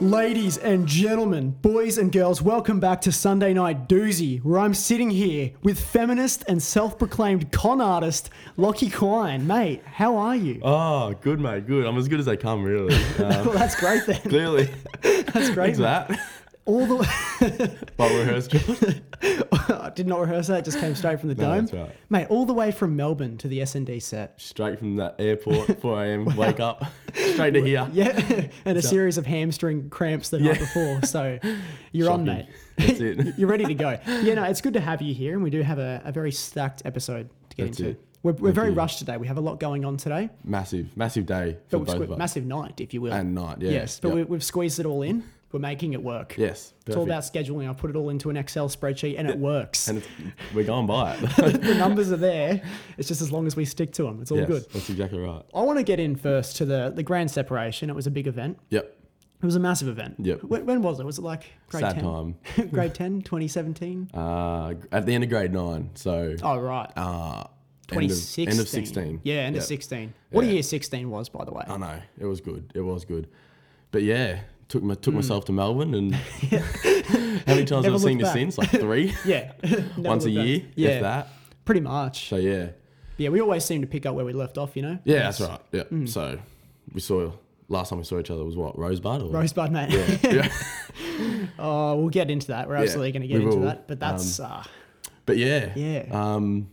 Ladies and gentlemen, boys and girls, welcome back to Sunday Night Doozy, where I'm sitting here with feminist and self proclaimed con artist Lockie Klein. Mate, how are you? Oh, good, mate. Good. I'm as good as I come, really. Um, well, that's great then. clearly. That's great. Thanks for mate. that. All the But rehearsed. I did not rehearse that, it just came straight from the No, dome. that's right. Mate, all the way from Melbourne to the SND set. Straight from that airport, 4 a.m., wake up, straight to here. Yeah, and a series of hamstring cramps the night Yeah. before. So you're on, Shocking. mate. That's it. you're ready to go. Yeah, no, it's good to have you here, and we do have a, a very stacked episode to get That's into. it. We're, we're Thank very you. rushed today. We have a lot going on today. Massive, massive day But for we've both sque- of us. massive night, if you will. And night, yeah. yes, but Yep. we, we've squeezed it all in. We're making it work. Yes. It's all perfect. about scheduling. I put it all into an Excel spreadsheet, and it works. And it's, we're going by it. the numbers are there. It's just as long as we stick to them, it's all yes, good. That's exactly right. I want to get in first to the the grand separation. It was a big event. Yep. It was a massive event. Yep. When, when was it? Was it like grade Sad 10? time. grade 10, 2017? Uh, at the end of grade nine. So, Oh, right. uh, end of, 2016. end of 16. Yeah, end Yep. of 16. What a Yeah. Um, year 16 was, by the way. I know it was good. It was good, but yeah, took my, took myself to Melbourne and how many times Hmm. Never have I seen looked you back. since? Like three, yeah. Never once a looked back. year, Yeah. if that. Pretty much. So yeah, Yeah, we always seem to pick up where we left off, you know? yeah, that's right. Yeah. Hmm. So we saw last time we saw each other was what Rosebud or Rosebud, mate. yeah. oh, we'll get into that. We're absolutely going to get we into will. Um, that. But that's, uh, But yeah, Yeah. Um,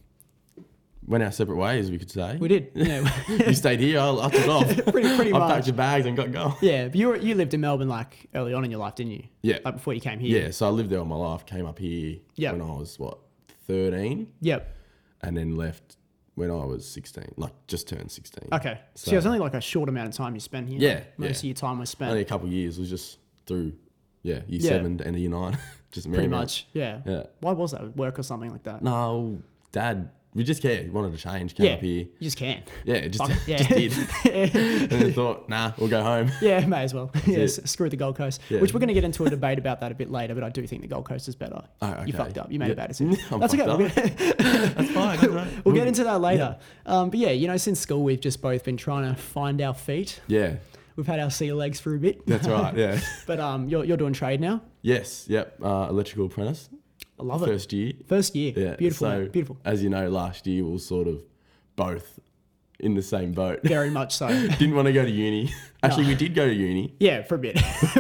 went our separate ways, we could say. we did. Yeah, you stayed here. I, I took off. pretty, pretty I packed much. your bags and got going. Yeah, but you, were, you lived in Melbourne like early on in your life, didn't you? Yeah. Like before you came here. Yeah. So I lived there all my life. Came up here Yeah. when I was what thirteen. Yep. and then left when I was 16, like just turned 16. Okay. So, So- it's only like a short amount of time you spent here. Yeah, Like, Most yeah. of your time was spent. Only a couple of years. It was just through, yeah, year Yeah. seven and year nine. just pretty Marymount. much. Yeah. Yeah. Why was that? Work or something like that? No, dad, we just care. He wanted to change, came yeah. up here. You just can. Yeah, it just, Fuck it, yeah. just did. and then thought, nah, we'll go home. Yeah, may as well. Yeah, s- screw the Gold Coast. Yeah. Which we're going to get into a debate about that a bit later, but I do think the Gold Coast is better. Oh, okay. You fucked up. You made a Yeah. bad decision. I'm That's okay. fucked We'll get, That's fine. That's right. we'll get into that later. Um, but yeah, you know, since school, we've just both been trying to find our feet. Yeah, We've had our sea legs for a bit. that's right. Yeah. But um, you're, you're doing trade now. yes, yep. Uh, electrical apprentice, I love it. first year. First year. Yeah. Beautiful. So, mate. Beautiful. As you know, last year we were sort of both in the same boat. Very much so. Didn't want to go to uni. Actually, we did go to uni. Yeah, for a bit.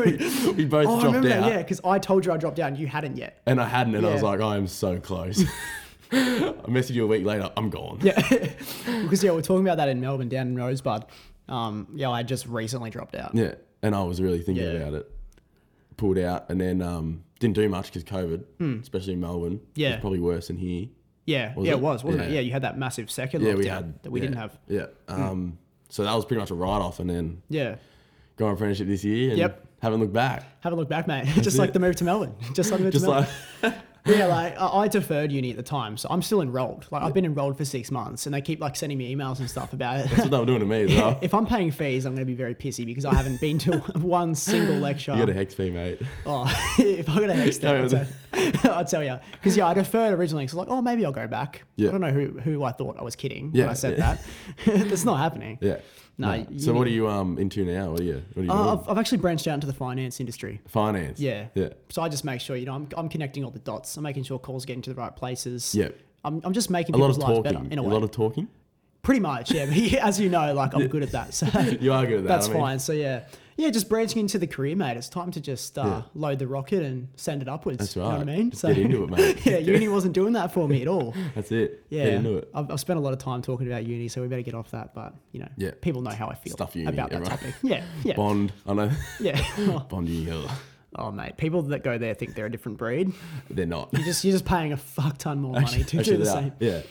We both Oh, I dropped remember out. that, yeah, because I told you I dropped out and you hadn't yet. And I hadn't, and I was Yeah. like, I am so close. I messaged you a week later, I'm gone. Yeah, because yeah, we're talking about that in Melbourne, down in Rosebud. Um, yeah, I just recently dropped out. Yeah. And I was really thinking Yeah. about it. Pulled out, and then um, didn't do much because COVID, especially in Melbourne. It Hmm. Yeah. was probably worse than here. Yeah, yeah, it it? was, wasn't it? Yeah. Yeah, you had that massive second Yeah, lockdown we had. that we yeah, didn't have. Hmm. Yeah. Um, So that was pretty much a write off, and then Yeah, got on apprenticeship this year and Yep. haven't looked back. have a look back, mate. just like the move to Melbourne. Just like the move Just to Melbourne. like, yeah, like I I deferred uni at the time, so I'm still enrolled. Like I've been enrolled for six months, and they keep like sending me emails and stuff about it. that's what they were doing to me as well. if I'm paying fees, I'm going to be very pissy because I haven't been to one single lecture. You got a hex fee, mate. Oh, if I got a hex Carry I'd, on. say- I'd tell you. Because, yeah, I deferred originally. Because, like, oh, maybe I'll go back. Yeah. I don't know who, who I thought I was kidding Yeah, when I said yeah. that. That's not happening. Yeah. No, So uni- what are you um into now? What are you? What are you Uh, doing? I've, I've actually branched out into the finance industry. Finance. Yeah. Yeah. So I just make sure, you know, I'm, I'm connecting all the dots. I'm making sure calls get into the right places. Yeah. I'm, I'm just making A lot people's of lives talking. better in a a way. lot of talking. Pretty much, yeah. But as you know, like, I'm good at that. So You are good at that. that's I mean, fine. So, yeah. Yeah, just branching into the career, mate. It's time to just uh, load the rocket and send it upwards. That's right. You know what I mean? Just get into it, mate. yeah, uni wasn't doing that for me at all. That's it. Yeah, Get into it. I've, I've spent a lot of time talking about uni, so we better get off that. But you know, Yeah. people know how I feel Stuff uni, about that everyone. topic. Yeah, yeah, Bond. I know. yeah. Oh, Bond uh, uni. ugh. oh, mate, people that go there think they're a different breed. They're not. You're just you're just paying a fuck ton more money to Actually, do the they are. same. Yeah.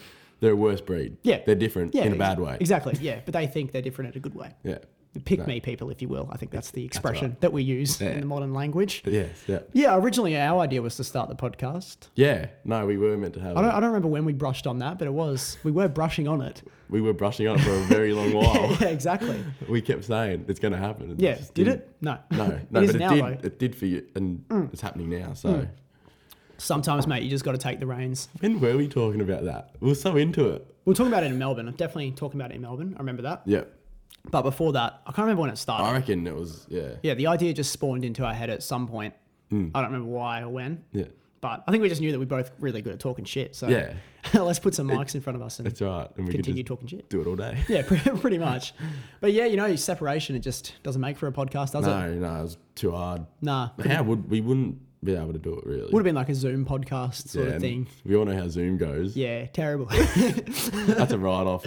They're a worse breed. Yeah. They're different Yeah, in a ex- bad way. Exactly. Yeah, but they think they're different in a good way. Yeah. Pick No. me, people, if you will. I think that's the expression that we use in Yeah. the modern language. But yes. Yeah. Yeah, originally our idea was to start the podcast. Yeah. No, we were meant to have. I don't, it. I don't remember when we brushed on that, but it was we were brushing on it. We were brushing on it for a very long while. yeah, exactly. we kept saying it's going to happen. and it Yeah, Oh. just did didn't. it? No, No. It No, is but it now, did. though. Mm. It did for you, and it's happening now. So. Sometimes, mate, you just got to take the reins. When were we talking about that? We were so into it. We We're talking about it in Melbourne. I'm definitely talking about it in Melbourne. I remember that. Yep. But before that, I can't remember when it started. I reckon it was yeah. Yeah, the idea just spawned into our head at some point. Mm. I don't remember why or when. Yeah. But I think we just knew that we're both really good at talking shit. So Yeah. let's put some mics in front of us and That's right. And we could continue just talking shit. do it all day. Yeah, pre- pretty much. But yeah, you know, separation, it just doesn't make for a podcast, does it? No, no, it was too hard. Nah. How would we wouldn't be able to do it really? Would have been like a Zoom podcast sort Yeah, of thing. We all know how Zoom goes. Yeah, terrible. That's a write off.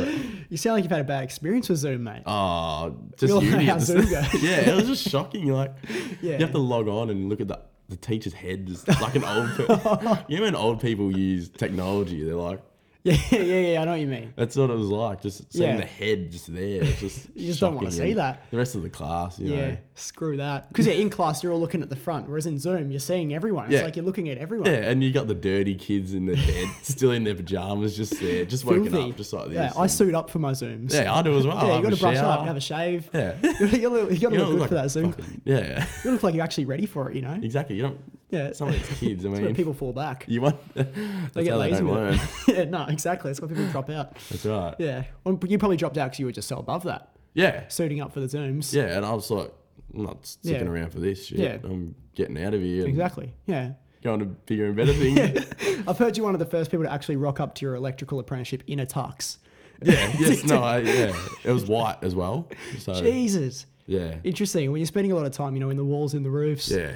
you sound like you've had a bad experience with Zoom, mate. Oh, We just all know uni how at the Zoom start. goes. yeah, it was just shocking. You're Like, Yeah. you have to log on and look at the, the teacher's head, just like an old. per- you know when old people use technology, they're like, Yeah, yeah, yeah, I know what you mean. that's what it was like. Just seeing Yeah. the head just there. It's just You just don't wanna shocking. see And that. The rest of the class, you Yeah, know. screw that. Because yeah, in class you're all looking at the front, whereas in Zoom you're seeing everyone. It's Yeah. like you're looking at everyone. Yeah, and you got the dirty kids in the bed, still in their pajamas, just there, just woken Filthy. up, just like this. Yeah, I suit up for my Zooms. yeah, I do as well. Yeah, I you got have a to brush shower. up, have a shave. Yeah. you got to You look good don't look for like that Zoom. fucking- yeah, You look like you're actually ready for it, you know. exactly. You don't. Yeah, Some of these kids, I that's where mean, people fall back. you want. They they get lazy. They don't with learn. it. yeah, no, exactly. That's why people drop out. That's right. Yeah. Yeah, well, you probably dropped out because you were just so above that, yeah, suiting up for the Zooms. and I was like, I'm not sticking Yeah. around for this shit. Yeah. I'm getting out of here and Exactly. Yeah. going to bigger and better things. yeah, I've heard you're one of the first people to actually rock up to your electrical apprenticeship in a tux. yes, no, I, yeah. It was white as well. So Jesus. yeah, Interesting. When you're spending a lot of time, you know, in the walls, in the roofs. yeah,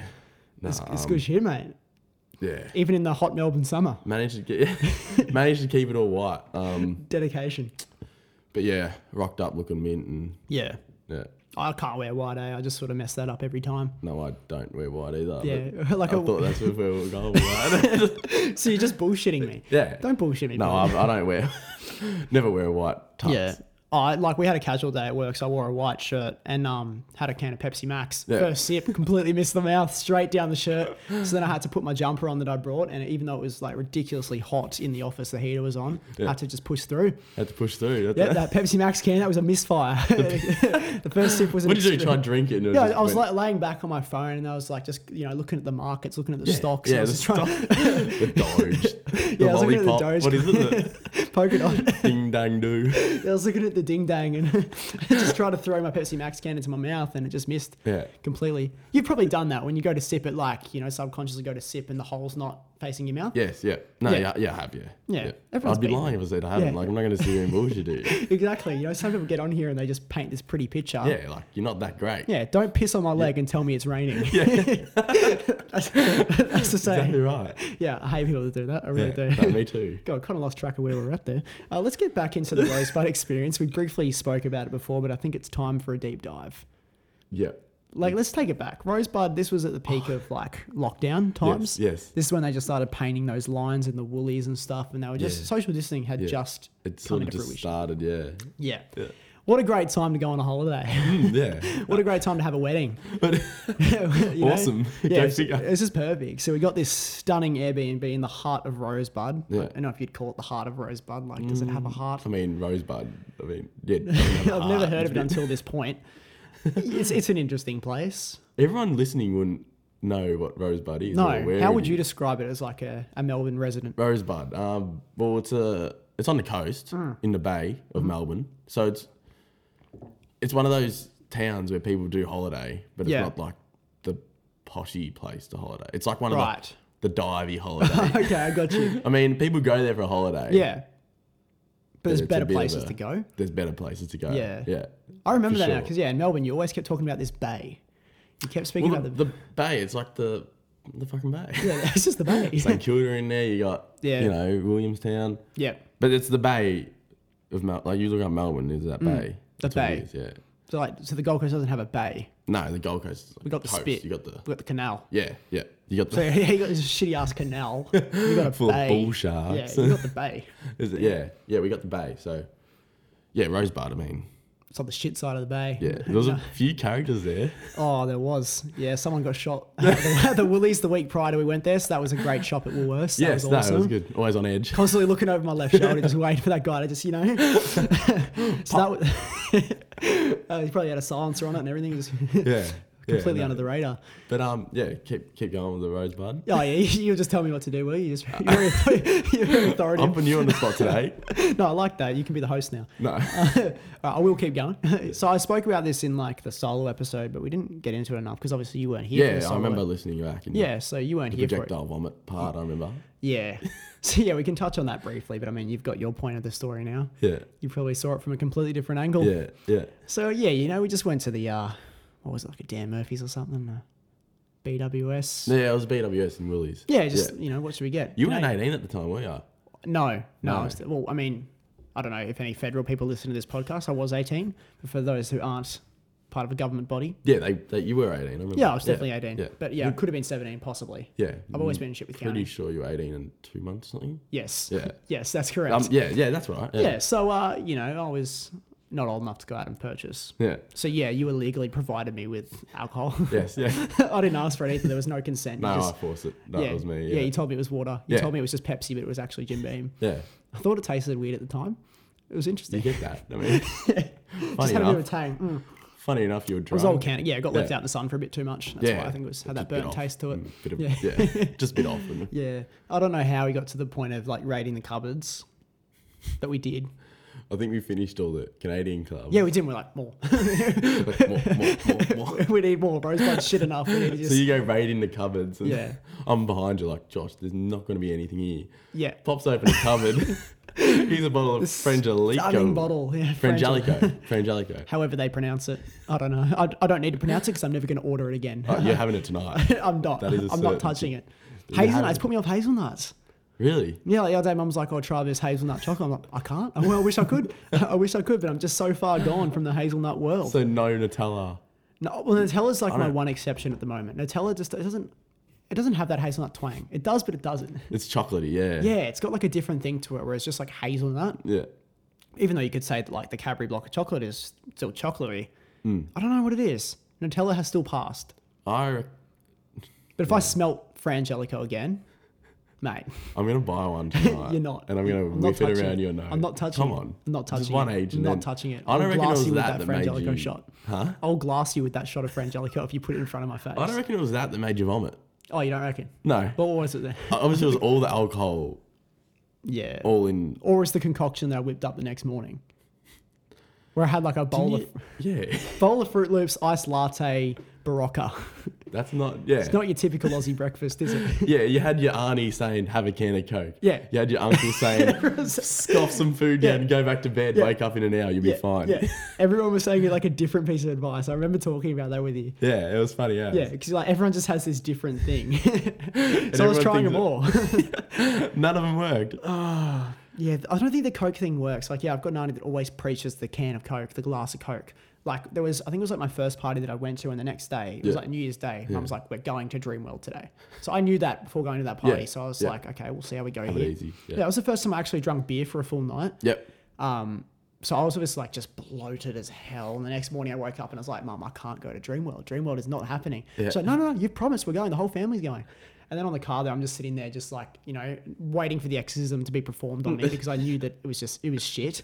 no, It's, it's um, good shit, mate. yeah. Even in the hot Melbourne summer. Managed to get, managed to keep it all white. Um, Dedication. but yeah, rocked up looking mint and Yeah. yeah. I can't wear white, eh? I just sort of mess that up every time. No, I don't wear white either. but Yeah. like I thought a, that's where we were going. Right? so you're just bullshitting me. yeah. Don't bullshit me. No, bro. I, I don't wear. never wear a white tux. Yeah. Oh, I like we had a casual day at work, so I wore a white shirt and um had a can of Pepsi Max. Yeah. First sip, completely missed the mouth, straight down the shirt. So then I had to put my jumper on that I brought, and even though it was like ridiculously hot in the office, the heater was on. I had to just push through. Had to push through. That's Yeah, that Pepsi Max can that was a misfire. the first sip was. an What did you do? extreme- Try and drink it? And it Yeah, just I was went- like laying back on my phone, and I was like just you know looking at the markets, looking at the stocks. and I Yeah, was the just trying stock. the Doge. The Yeah, I was looking at the lollipop. Doge. What is it? to poke it on. The ding dang do. I was looking at the ding dang and just tried to throw my Pepsi Max can into my mouth and it just missed Yeah. completely. You've probably done that when you go to sip it, like, you know, subconsciously go to sip and the hole's not facing your mouth. Yes, yeah. No, Yeah. yeah, yeah, I have, yeah. Yeah, everyone's I'd be been- lying if I said I haven't. Yeah. Like, I'm not going to sit here and bullshit you. Exactly. You know, some people get on here and they just paint this pretty picture. Yeah, like, you're not that great. Yeah, don't piss on my leg and tell me it's raining. that's, that's the same. Exactly right. Yeah, I hate people that do that. I really Yeah, do. no, me too. God, kind of lost track of where we're at there. Uh, let's get back into the Rosebud experience. We briefly spoke about it before, but I think it's time for a deep dive. Yeah. like let's take it back. Rosebud, this was at the peak of like lockdown times. yes. This is when they just started painting those lines in the woolies and stuff, and they were just Yeah. social distancing had Yeah. just come It sort of into just fruition. started, yeah. Yeah. Yeah. What a great time to go on a holiday. Mm, yeah. what a great time to have a wedding. But You know? Awesome. Go Yeah, it's- figure. this is perfect. So we got this stunning Airbnb in the heart of Rosebud. Yeah. I Mm. don't know if you'd call it the heart of Rosebud. Like, does it have a heart? I mean, Rosebud. I mean, yeah. I've never heard of it until this point. It's, it's an interesting place. Everyone listening wouldn't know what Rosebud is. or No, where how it would is. you describe it as like a, a Melbourne resident? Rosebud. Um, well, it's a it's on the coast Hmm. in the bay of Melbourne, so it's it's one of those towns where people do holiday, but it's Yeah. not like the poshy place to holiday. It's like one Right. of the, the divey holiday. okay, I got you. I mean, people go there for a holiday. Yeah. But there's it's a better bit of places a- to go. there's better places to go. Yeah. yeah. I remember for that now sure. because yeah, in Melbourne you always kept talking about this bay. You kept speaking Well, the, about the, the bay, it's like the the fucking bay. yeah, it's just the bay. St Kilda in there. You got Yeah. you know Williamstown, yeah. but it's the bay of Mel. Like you look at Melbourne, is that bay? Mm. the That's what bay. it is, yeah. So like, so the Gold Coast doesn't have a bay. No, the Gold Coast. Is like We got the coast. spit. You got the We got the canal. yeah, yeah. You got So the yeah, you got this shitty ass canal. You got a full bay. of bull yeah, sharks. you got the bay. Is it? Yeah, yeah. We got the bay. So yeah, Rosebud. I mean, It's on the shit side of the bay. uh, yeah. There was a few characters there. Oh, there was. Yeah, someone got shot at the, at the Woolies the week prior to we went there, so that was a great shop at Woolworths. That yes, was awesome. no, it was good. Always on edge. constantly looking over my left shoulder, just waiting for that guy to just, you know. Oh, so that was. uh, he probably had a silencer on it and everything. It was Yeah. completely no. under the radar. But um, yeah, keep keep going with the rosebud. Oh yeah, you'll just tell me what to do, will you? you just you're, an- you're an authority. I'm putting you on the spot today. No, I like that. You can be the host now. No, All right, I will keep going. so I spoke about this in like the solo episode, but we didn't get into it enough because obviously you weren't here. for the yeah, I solo. remember listening back and Yeah, so you weren't here for it. projectile vomit part. I remember. Yeah. So yeah, we can touch on that briefly, but I mean, you've got your point of the story now. Yeah, You probably saw it from a completely different angle. yeah, yeah. So yeah, you know, we just went to the uh, what was it like a Dan Murphy's or something? Uh, BWS. Yeah, it was BWS and Woolies. Yeah, just you know, what should we get? You weren't Canadian- 18 at the time, were you? No, no. I No. was- well, I mean, I don't know if any federal people listen to this podcast. I was 18, but for those who aren't part of a government body, Yeah, they, they you were 18. I remember. yeah, I was definitely 18. Yeah, But yeah, it could have been 17, possibly. yeah. I've always been in shit with pretty counting. sure you're 18 in two months, something. Yes. Yeah. Yes, that's correct. Um, yeah, yeah, that's right. yeah. So, uh, you know, I was not old enough to go out and purchase. yeah. So yeah, you illegally provided me with alcohol. Yes, yeah. I didn't ask for it either. There was no consent. You No, just- I forced it. That was me. you Yeah. told me it was water. You Yeah. told me it was just Pepsi, but it was actually Jim Beam. Yeah. I thought it tasted weird at the time. It was You interesting. get that. I mean, Just had funny a bit of enough, a tang. Mm. funny enough, you were It drunk. was old can. Yeah, it got left Yeah. out in the sun for a bit too much. That's why I think it was had that Just a bit burnt off. taste to it. Mm, Bit of, Yeah. yeah. Just a bit off. and- Yeah, I don't know how we got to the point of like raiding the cupboards, but we did. I think we finished all the Canadian club. Yeah, we did. We're like more. Like, more, more, more, more. we need more, bro. It's like shit enough. We need to just, So you go raiding the cupboards. And Yeah. I'm behind you, like, Josh, there's not going to be anything here. yeah. Pops open the cupboard. Here's a bottle of Stunning Frangelico. bottle. Yeah. Frangel- Frangelico. Frangelico. However they pronounce it, I don't know. I, I don't need to pronounce it because I'm never going to order it again. Oh, you're having it tonight. I'm not. That is a I'm not certainty. touching it. You Hazelnuts haven't- put me off hazelnuts. Really? Yeah, like the other day, mum's like, "Oh, try this hazelnut chocolate." I'm like, "I can't. Oh, Well, I wish I could. I wish I could, but I'm just so far gone from the hazelnut world." So no Nutella. no, well, Nutella's like my don't- one exception at the moment. Nutella just it doesn't. It doesn't have that hazelnut twang. It does, but it doesn't. It's chocolatey, yeah. Yeah, it's got like a different thing to it, where it's just like hazelnut. Yeah. Even though you could say that like the Cadbury block of chocolate is still chocolatey. I don't know what it is. Nutella has still passed. I, rec- But if I smelt Frangelico again, mate, I'm going to buy one tonight. You're not. And I'm going to I'm not whip it touching around it. your nose. I'm not touching Come it. on. I'm not Just touching one it. age. I'm and not then- touching it. I don't I'll reckon it glass was you with that that that made Frangelico you- shot. Huh? I'll glass you with that shot of Frangelico if you put it in front of my I don't face. reckon it was that that made you vomit. Oh, you don't reckon? No. But what was it then? Obviously, it was all the alcohol, Yeah. Or, all in. it's the concoction that I whipped up the next morning, where I had like a bowl of Yeah. bowl of Fruit Loops, iced latte, Barocca. That's not. Yeah. It's not your typical Aussie breakfast, is it? Yeah, you had your auntie saying, have a can of Coke. Yeah. You had your uncle saying, scoff some food down Yeah. and go back to bed, wake up in an hour, you'll be fine. Yeah. Everyone was saying me like a different piece of advice. I remember talking about that with you. Yeah, it was funny, yeah. Yeah, because like everyone just has this different thing. so I was everyone trying thinks them it- all. None of them worked. Oh, yeah, I don't think the Coke thing works. Like, yeah, I've got an auntie that always preaches the can of Coke, the glass of Coke. Like, there was, I think it was like my first party that I went to, and the next day, it was Yeah. like New Year's Day. And I was like, we're going to Dreamworld today. So I knew that before going to that party. Yeah, So I was yeah. like, okay, we'll see how we go it here. easy, Yeah. yeah. it was the first time I actually drunk beer for a full night. Yep. Um, so I was just like just bloated as hell. And the next morning I woke up and I was like, Mum, I can't go to Dreamworld. Dreamworld is not happening. Yeah. She's like, No, no, no, you promised we're going. The whole family's going. And then on the car there, I'm just sitting there, just like you know, waiting for the exorcism to be performed on me because I knew that it was just it was shit.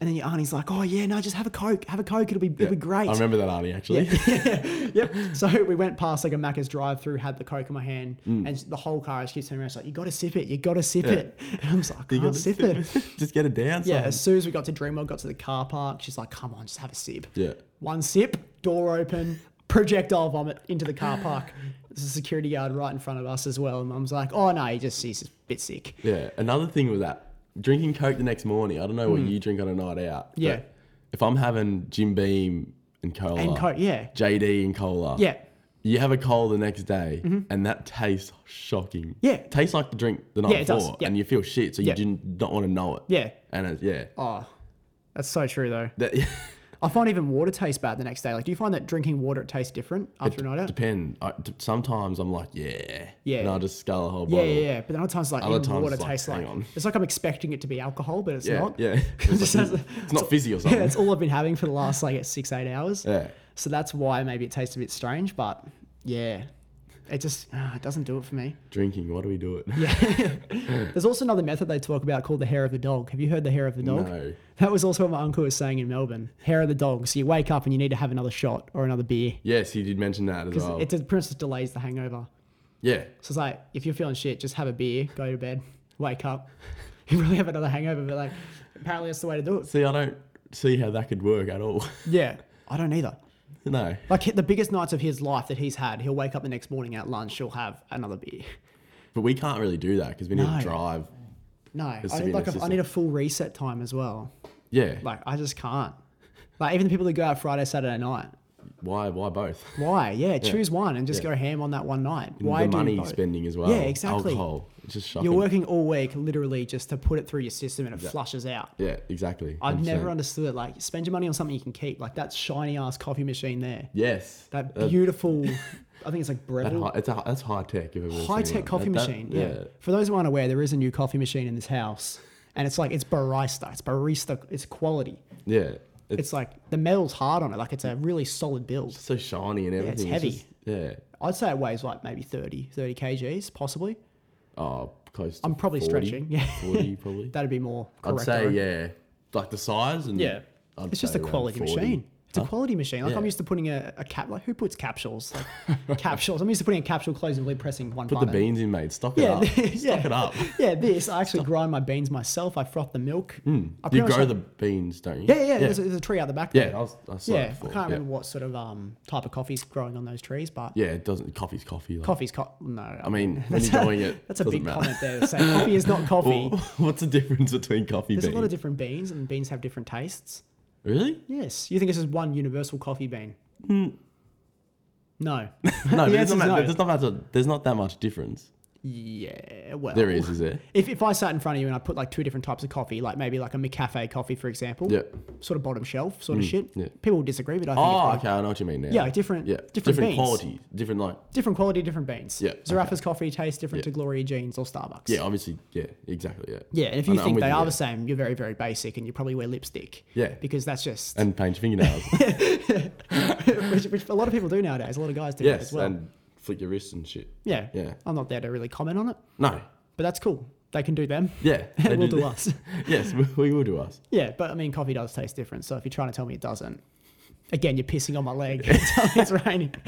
And then your auntie's like, "Oh yeah, no, just have a coke, have a coke. It'll be it'll be great." I remember that auntie, actually. yep. So we went past like a Macca's drive through, had the coke in my hand, Mm. and the whole car just keeps turning around. She's like, "You got to sip it. You got to sip it." And I'm just like, "I can't gotta sip sip Oh, it." Just get it down. Yeah, son. as soon as we got to Dreamworld, got to the car park, she's like, come on, just have a sip. Yeah. One sip, door open, projectile vomit into the car park. There's a security guard right in front of us as well. And mum's like, oh no, he just, he's a bit sick. Yeah. Another thing with that, drinking Coke the next morning. I don't know what you drink on a night out. but Mm. Yeah. If I'm having Jim Beam and cola, And co- yeah. JD and cola, Yeah. you have a cola the next day, and that tastes shocking. Mm-hmm. Yeah. Tastes like the drink the night Yeah, it does, before, yeah. and you feel shit, so Yeah. you didn't, don't want to know it. Yeah. And it's, yeah. Oh, that's so true though. That, I find even water tastes bad the next day. Like, do you find that drinking water it tastes different after a night out? depend. I, d- sometimes I'm like, yeah. Yeah. And I'll just scull a whole Yeah, bottle. yeah, yeah. But then other times, like, Other even times water it's like, tastes hang like, on. it's like I'm expecting it to be alcohol, but it's Yeah. not. yeah. It's, like, it's not fizzy or Yeah, something. it's all I've been having for the last like six, eight hours. Yeah. So that's why maybe it tastes a bit strange, but yeah. It just ah, it doesn't do it for me. Drinking, why do we do it? There's also another method they talk about called the hair of the dog. Have you heard the hair of the dog? No. That was also what my uncle was saying in Melbourne. Hair of the dog. So you wake up and you need to have another shot or another beer. Yes, he did mention that as Because well. it pretty much just delays the hangover. yeah. So it's like, if you're feeling shit, just have a beer, go to bed, wake up. You really have another hangover, but like, apparently that's the way to do it. See, I don't see how that could work at all. Yeah. I don't either. no. Like, the biggest nights of his life that he's had, he'll wake up the next morning at lunch, he'll have another beer. But we can't really do that because we need No. to drive. No, I to need, be like a, I consistent. need a full reset time as well. Yeah. Like, I just can't. Like, even the people that go out Friday, Saturday night, why? Why both? why? Yeah, choose one and just Yeah. go ham on that one night. Why the do money both? spending as well. Yeah, exactly. Alcohol. It's just shocking. You're working all week, literally, just to put it through your system and it flushes out. yeah, exactly. I've never 100%. understood it. Like, spend your money on something you can keep. Like that shiny ass coffee machine there. Yes. That Uh, beautiful, I think it's like that Breville. hi- it's a, that's high tech. If I've ever seen High tech one. coffee That- that- machine. yeah. For those who aren't aware, there is a new coffee machine in this house. And it's like, it's barista. It's barista. It's quality. Yeah. It's, It's like the metal's hard on it. Like, it's a really solid build. so shiny and everything. heavy. just- yeah. I'd say it weighs like maybe 30, 30 kgs, possibly. Oh, close. To I'm probably 40, stretching. Yeah. 40 probably. That'd be more I'd correct. I say reckon. yeah, like the size and Yeah. I'd it's just say a around quality 40. machine. It's a quality machine. Like I'm Yeah. used to putting a, a cap. Like who puts capsules? Like capsules. I'm used to putting a capsule closed and really pressing one Put the button. beans in, mate. Stock it Yeah, up. yeah. Stock it up. Yeah, this. I actually grind my beans myself. I froth the milk. I Hmm. You pretty much grow like- the beans, don't you? Yeah, yeah. yeah. There's, a, there's a tree out the back. Yeah, there. I, was, I saw yeah. I that can't before. remember what sort of um type of coffee's growing on those trees, but yeah. yeah, it doesn't. Coffee's coffee. Like. coffee's co- no. I mean, when you're growing it, that's a doesn't big matter. comment there. Saying coffee is not coffee. Well, what's the difference between coffee There's beans? a lot of different beans, and beans have different tastes. really? Yes. You think it's just one universal coffee bean? No. Hmm. No, The but there's answer's not, no. that, there's, not that, there's not that much difference. Yeah, well, There is, is there? If, if I sat in front of you and I put like two different types of coffee, like maybe like a McCafe coffee, for example, Yeah. Hmm, sort of bottom shelf sort of shit, yeah. people would disagree, but I think it's Oh, probably- okay, I know what you mean now. yeah, different, yeah, different, beans, quality, different like different quality, different beans. Yeah, Zarafa's coffee tastes different to Gloria Jean's or Starbucks. yeah, obviously, yeah, exactly, yeah, Yeah, and if I you know, I'm think with they you, are yeah. the same, you're very, very basic, and you probably wear lipstick. Yeah. because that's just and paint your fingernails, which, which a lot of people do nowadays. A lot of guys do that yes, as well. and flick your wrists and shit. yeah, yeah. I'm not there to really comment on it, No, but that's cool. They can do them. yeah, they we'll do that. us. yes, we, we will do us. Yeah, but I mean, coffee does taste different. So if you're trying to tell me it doesn't, again, you're pissing on my leg. Tell me it's raining.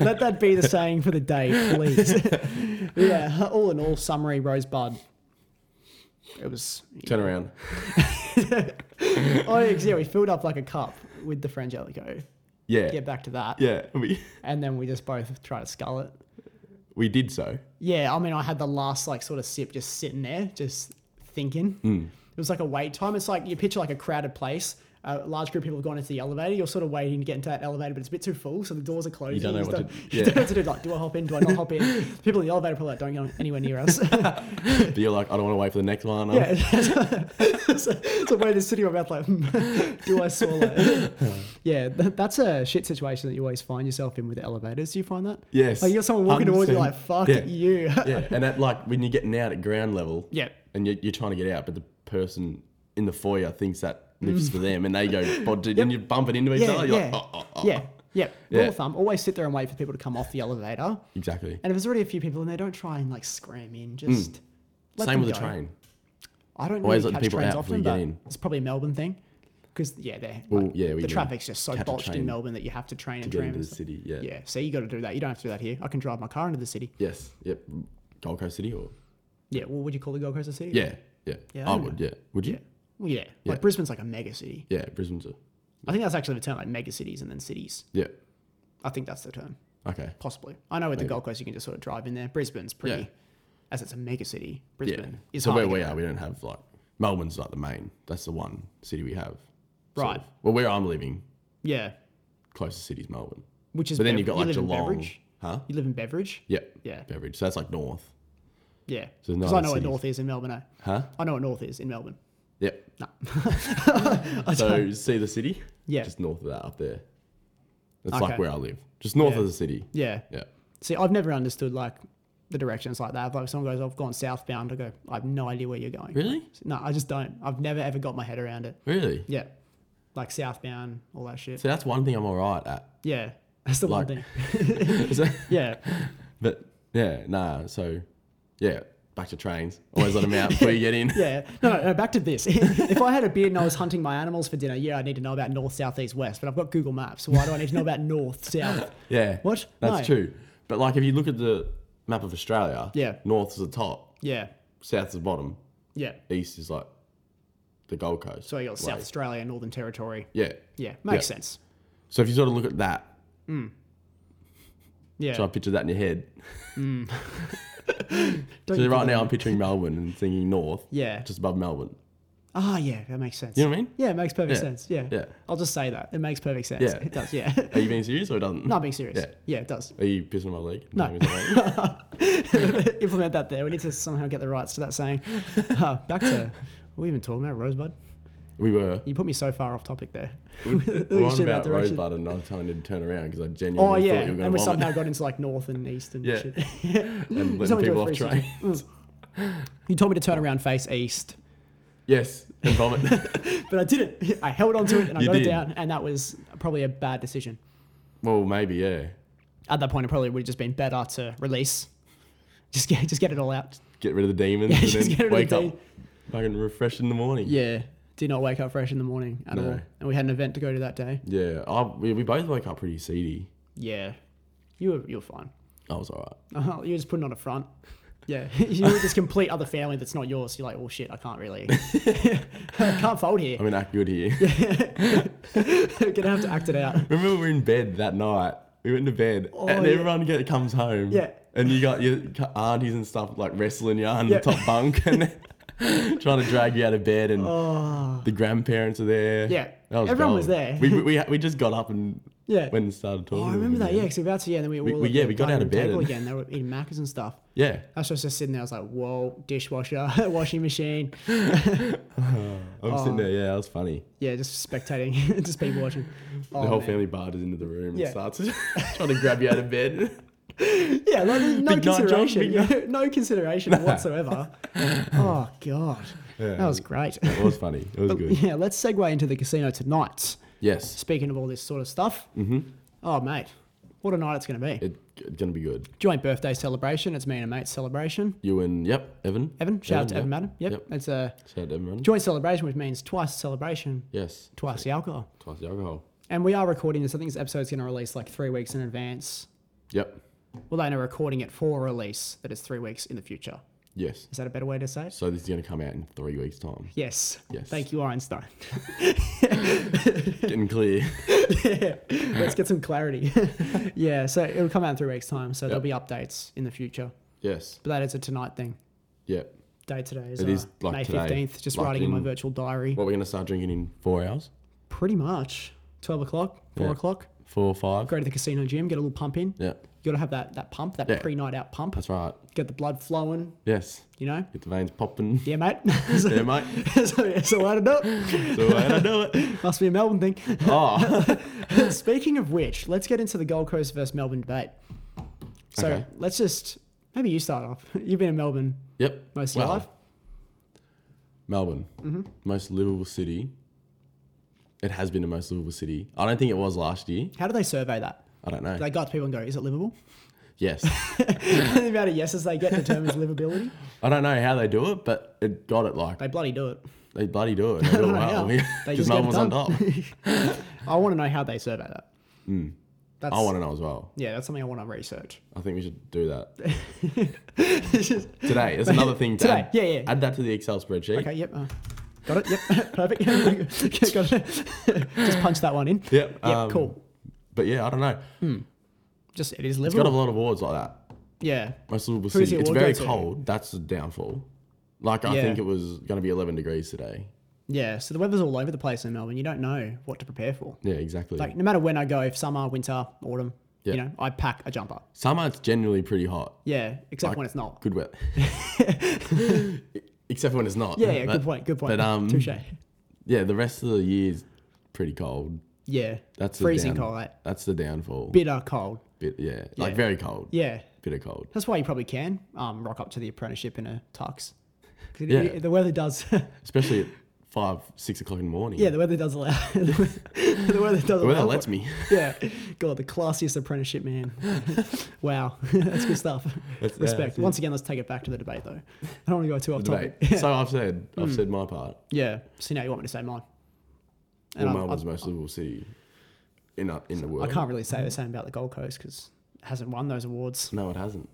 Let that be the saying for the day, please. yeah. All in all, summary, Rosebud. It was. Turn around. Oh yeah, we filled up like a cup with the Frangelico. Yeah, Get back to that, yeah. We and then we just both try to scull it. we did so. Yeah, I mean, I had the last like sort of sip just sitting there, just thinking. Hmm. It was like a wait time. It's like you picture like a crowded place. A large group of people have gone into the elevator. You're sort of waiting to get into that elevator, but it's a bit too full, so the doors are closing. don't know what don't- to- you yeah. don't know what to do. Like, do I hop in? Do I not hop in? People in the elevator probably like, don't go anywhere near us. But you're like, I don't want to wait for the next one. yeah. so, so wait, it's sitting in my mouth like, hmm, do I swallow? yeah, that, that's a shit situation that you always find yourself in with elevators. Do you find that? Yes, Like, you got someone walking towards you, like, 100%. fuck Yeah. you. yeah, and at like when you're getting out at ground level, Yeah. and you're, you're trying to get out, but the person in the foyer thinks that lifts for them, and they go, "Bod," and you're bumping into each Mm. Yeah, other. You're yeah. like, oh, oh, oh. yeah, yeah. Rule Yeah. of thumb: always sit there and wait for people to come off the elevator. exactly. And if there's already a few people in there, don't try and like scram in. Just let Hmm. them Same with the go. train. I don't Always really let the catch people trains out before often, you get but in. it's probably a Melbourne thing. Because yeah, they're Well, like, yeah, we the do traffic's just so catch a botched in train Melbourne that you have to train and Get tram. into and the stuff. city. Yeah. Yeah, so you got to do that. You don't have to do that here. I can drive my car into the city. Yes. Yep. Gold Coast City or Yeah, well, would you call the Gold Coast a city? yeah, yeah. Yeah, I I don't would. Yeah. Would you? well, yeah. Yeah. Like Brisbane's like a mega city. Yeah. Brisbane's a I think that's actually the term, like mega cities and then cities. yeah. I think that's the term. Okay. Possibly. I know with the Maybe. Gold Coast you can just sort of drive in there. Brisbane's pretty, Yeah. as it's a mega city. Yeah. Brisbane is So hard where to we get are, we don't have like Melbourne's like the main. That's the one city we have. sort Right. of. Well, where I'm living, Yeah, closest city's Melbourne. which is. But then Bev- you've got like live in Geelong. Beveridge? Huh? You live in Beveridge. Yeah. Yeah. Beverage. So that's like north. Yeah. So no Because I other know what cities. north is in Melbourne. eh? Huh? I know what north is in Melbourne. Yep. No. so see the city? Yeah. Just north of that up there. It's Okay. like where I live. Just north Yeah. of the city. Yeah. Yeah. See, I've never understood like the directions like that. Like if someone goes, "I've gone southbound," I go, "I have no idea where you're going." Really? No, I just don't. I've never ever got my head around it. Really? Yeah. Like southbound, all that shit. So that's one thing I'm all right at. yeah. That's the Like- one thing. Is that- Yeah. But yeah, nah. So yeah, back to trains. Always let them out before you get in. Yeah. No, no, no, back to this. if I had a beard and I was hunting my animals for dinner, yeah, I need to know about north, south, east, west. But I've got Google Maps. So why do I need to know about north, south? Yeah. What? That's No. true. But like if you look at the map of Australia, Yeah. north is the top, Yeah. south is the bottom, Yeah. east is like the Gold Coast. So you got South Like, Australia, Northern Territory. Yeah. Yeah, makes Yeah. sense. So if you sort of look at that, Yeah. try to picture that in your head. Don't So you right think- now I'm picturing Melbourne and thinking north. Yeah. Just above Melbourne. Ah, yeah, that makes sense. You know what I mean? Yeah, it makes perfect Yeah. sense. Yeah. Yeah. I'll just say that. It makes perfect sense. Yeah. It does. Yeah. Are you being serious or it doesn't? Not being serious. Yeah, Yeah. it does. Are you pissing on my leg? No. Is that right? Implement that there. We need to somehow get the rights to that saying. Uh, back to, are we even talking about Rosebud? we were. You put me so far off topic there. We We're were on about Rosebud and I was telling you to turn around because I Oh, genuinely yeah. thought you were And going we to vomit somehow got into like north and east and Yeah. shit. and letting Someone do people a off train. 360. Mm. You told me to turn around face east, Yes, and vomit. but I didn't. I held onto it and I You got it did. down, and that was probably a bad decision. well, maybe, yeah. At that point, it probably would have just been better to release. Just get, just get it all out. Get rid of the demons Yeah, and just then get rid of wake the up demon. fucking refreshed in the morning. Yeah. Did not wake up fresh in the morning at No. all. And we had an event to go to that day. Yeah, I, we, we both woke up pretty seedy. Yeah. You were, you were fine. I was all right. Oh, you're just putting on a front. Yeah, you were this complete other family that's not yours. You're like, oh shit, I can't really, I can't fold here. I mean, act good here. Gonna have to act it out. Remember, we were in bed that night. We went to bed, and Oh, yeah. everyone get, comes home. Yeah. And you got your c- aunties and stuff like wrestling you on Yeah. the top bunk and trying to drag you out of bed, and the grandparents are there. Oh. Yeah. That was Everyone was gold. there. We, we, we just got up and Yeah. went and started Oh, talking. I to them remember that. Yeah, again. because we were about to. Yeah, and then we, all we- at yeah, the we got out of dining room bed table and- again. They were eating macas and stuff. Yeah. I was just sitting there. I was like, whoa, dishwasher, washing machine. I'm sitting Oh. there. Yeah, that was funny. Yeah, just spectating, just people watching. Oh, the whole man. family barters into the room Yeah. and starts trying to grab you out of bed. Yeah, like, there's no Big night, John, consideration. big yeah, no consideration whatsoever. oh god, that was great. It was funny. It was Um, good. Yeah, let's segue into the casino tonight. Yes, Speaking of all this sort of stuff, mm-hmm. oh mate, what a night it's going to be! it, it's gonna be good. Joint birthday celebration. It's me and a mate celebration. You and yep, Evan. Evan, shout out to Evan Madden. Yep. Yep. it's a Shout out to Evan. joint celebration, which means twice celebration, Yes, twice the alcohol. twice the alcohol. And we are recording this. I think this episode's going to release like three weeks in advance. Yep. Well, they are recording it for release that is three weeks in the future. Yes. Is that a better way to say it? So this is gonna come out in three weeks' time. Yes. Yes. Thank you, Einstein. Getting clear. Let's get some clarity. yeah, so it'll come out in three weeks' time. So there'll be updates in the future. yes. But that is a tonight thing. Yep. day today is, It uh, is, like, May today. fifteenth. Just Like writing in my in- virtual diary. What we're gonna start drinking in four hours, Pretty much twelve o'clock, four Yeah. o'clock. four or five. Go to the casino gym, get a little pump in. Yep. You gotta have that that pump, that Yeah. pre-night out pump. That's right. Get the blood flowing. Yes. You know. Get the veins popping. Yeah, mate. so, Yeah, mate. so, yeah, so I don't know. So I don't do it. Must be a Melbourne thing. Oh. Speaking of which, let's get into the Gold Coast versus Melbourne debate. So Okay. let's just maybe you start off. You've been in Melbourne Yep. Mm-hmm. most of your Well, life. Melbourne, most livable city. It has been the most livable city. I don't think it was last year. How do they survey that? I don't know. Do they go up to people and go, "Is it livable?" yes, the amount of yeses they get determines livability. I don't know how they do it, but it got it like They bloody do it. they bloody do it. They do it know how. well. They Because just get it Melbourne was on top. Hmm. done. I want to know how they survey that. That's, I want to know as well. Yeah, that's something I want to research. I think we should do that It's just- today. It's another thing. To Today, add, yeah, yeah. Add that to the Excel spreadsheet. okay, yep. Uh, got it. Yep. Perfect. Okay, got it. just punch that one in. Yep. Yep, um, cool. But yeah, I don't know. Just it is It's got a livable. lot of awards like that. yeah. Most livable does city. the It's award very go to? cold. That's the downfall. Like I Yeah. think it was going to be 11 degrees today. Yeah. So the weather's all over the place in Melbourne. You don't know what to prepare for. Yeah, exactly. Like no matter when I go, if summer, winter, autumn, you Yeah. know, I pack a jumper. Summer, it's generally pretty hot. Yeah, except when it's not. Good weather. Except when it's not. Yeah, yeah. But- good point. Good point. But um, Touche. yeah, the rest of the year's pretty cold. Yeah. That's the freezing down- cold. Like, That's the downfall. Bit, bitter cold. yeah, like Yeah. very cold. Yeah. Bit of cold. That's why you probably can um, rock up to the apprenticeship in a tux. 'Cause it- Yeah. it- the weather does. Especially at five, six o'clock in the morning. Yeah, the weather does allow. the weather- the weather does the weather allow. lets me. yeah, God, the classiest apprenticeship man. wow, that's good stuff. That's- yeah, Respect. that's it. Once again, let's take it back to the debate though. I don't want to go too off Mate, topic. Yeah. So I've said, I've Hmm. said my part. yeah. So now you want me to say mine? Well, And I- Melbourne's most livable city in a- in the I world. can't really say the same about the Gold Coast because it hasn't won those awards. No, it hasn't.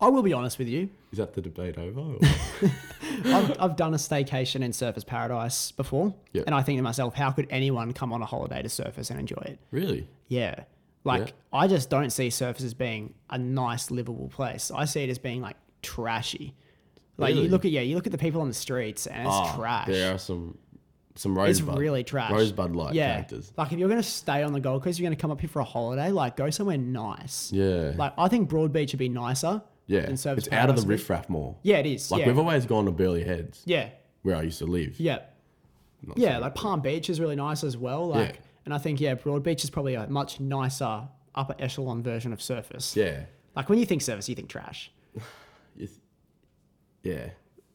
I will be honest with you. Is that the debate over? or- I've, I've done a staycation in Surfers Paradise before, Yeah. and I think to myself, how could anyone come on a holiday to Surfers and enjoy it? really? Yeah. Like Yeah. I just don't see Surfers as being a nice livable place. I see it as being like trashy. Like Really? you look at yeah, you look at the people on the streets and it's Ah, trash. There are some some It's rosebud. really trash. Rosebud like yeah. characters. Like if you're gonna stay on the Gold Coast, you're gonna come up here for a holiday, like go somewhere nice. Yeah. Like I think Broadbeach would be nicer. yeah. than It's Surfers out of Paradise the would be. riffraff more. Yeah, it is. Like yeah. we've always gone to Burley Heads yeah. where I used to live. Yeah. Not Yeah, so- like Palm Beach is really nice as well. Like Yeah. and I think yeah, Broadbeach is probably a much nicer upper echelon version of Surfers. yeah. Like when you think Surfers, you think trash. It's- yeah.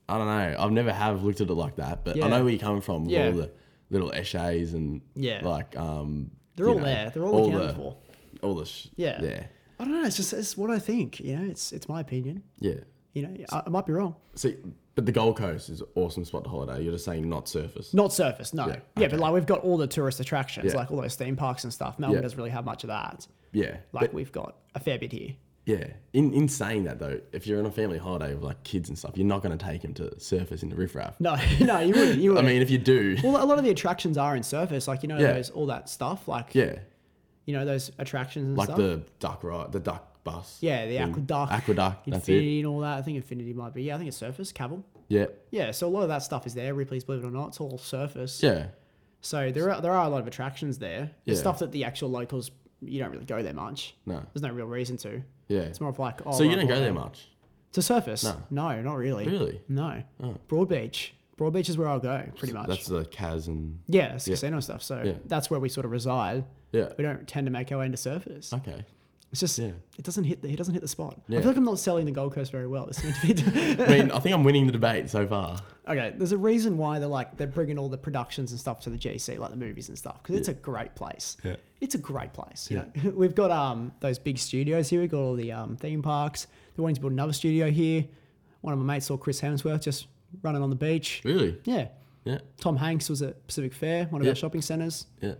I don't know. I've never have looked at it like that, but Yeah. I know where you come from with Yeah. all the little essays and Yeah. like um They're you all know, there. They're all, accounted the for. all the sh- Yeah. yeah I don't know. It's just it's what I think. You know, it's it's my opinion. yeah. You know, I, I might be wrong. See, but the Gold Coast is an awesome spot to holiday. You're just saying not surface. Not surface, no. Yeah, Yeah, but like we've got all the tourist attractions, Yeah. like all those theme parks and stuff. Melbourne Yeah. doesn't really have much of that. Yeah. Like but- we've got a fair bit here. yeah. In in saying that though, if you're on a family holiday with like kids and stuff, you're not going to take them to surface in the riffraff. No, no, you wouldn't. You I wouldn't. mean, if you do, well, a lot of the attractions are in surface, like you know, Yeah. those all that stuff, like yeah, you know, those attractions and like stuff. the duck ride, the duck bus. yeah, the thing. aqueduct, Aqueduct. That's it. Infinity, and all that. I think Infinity might be. Yeah, I think it's surface, Cavill. Yeah. Yeah, so a lot of that stuff is there. Ripley's, believe it or not, it's all surface. Yeah. So there are there are a lot of attractions there. There's Yeah. stuff that the actual locals you don't really go there much. No. There's no real reason to. Yeah. It's more of like oh, so you well, don't go well, there much. to surface. No. no, not really. Really? Oh. No, Broadbeach. Broadbeach is where I'll go pretty much. That's the Kaz and yeah, it's casino stuff. So Yeah. that's where we sort of reside. yeah. We don't tend to make our way into surface. Okay. It's just Oh, Yeah. it doesn't hit the it doesn't hit the spot. Yeah. I feel like I'm not selling the Gold Coast very well. It's meant to be I mean, I think I'm winning the debate so far. okay. There's a reason why they're like they're bringing all the productions and stuff to the GC, like the movies and stuff, because it's a great place. Yeah. It's a great place. You know, we've got um those big studios here. We've got all the um theme parks. They're wanting to build another studio here. One of my mates saw Chris Hemsworth just running on the beach. Really? Yeah. Yeah. Tom Hanks was at Pacific Fair, one of Yeah. our shopping centers. Yeah.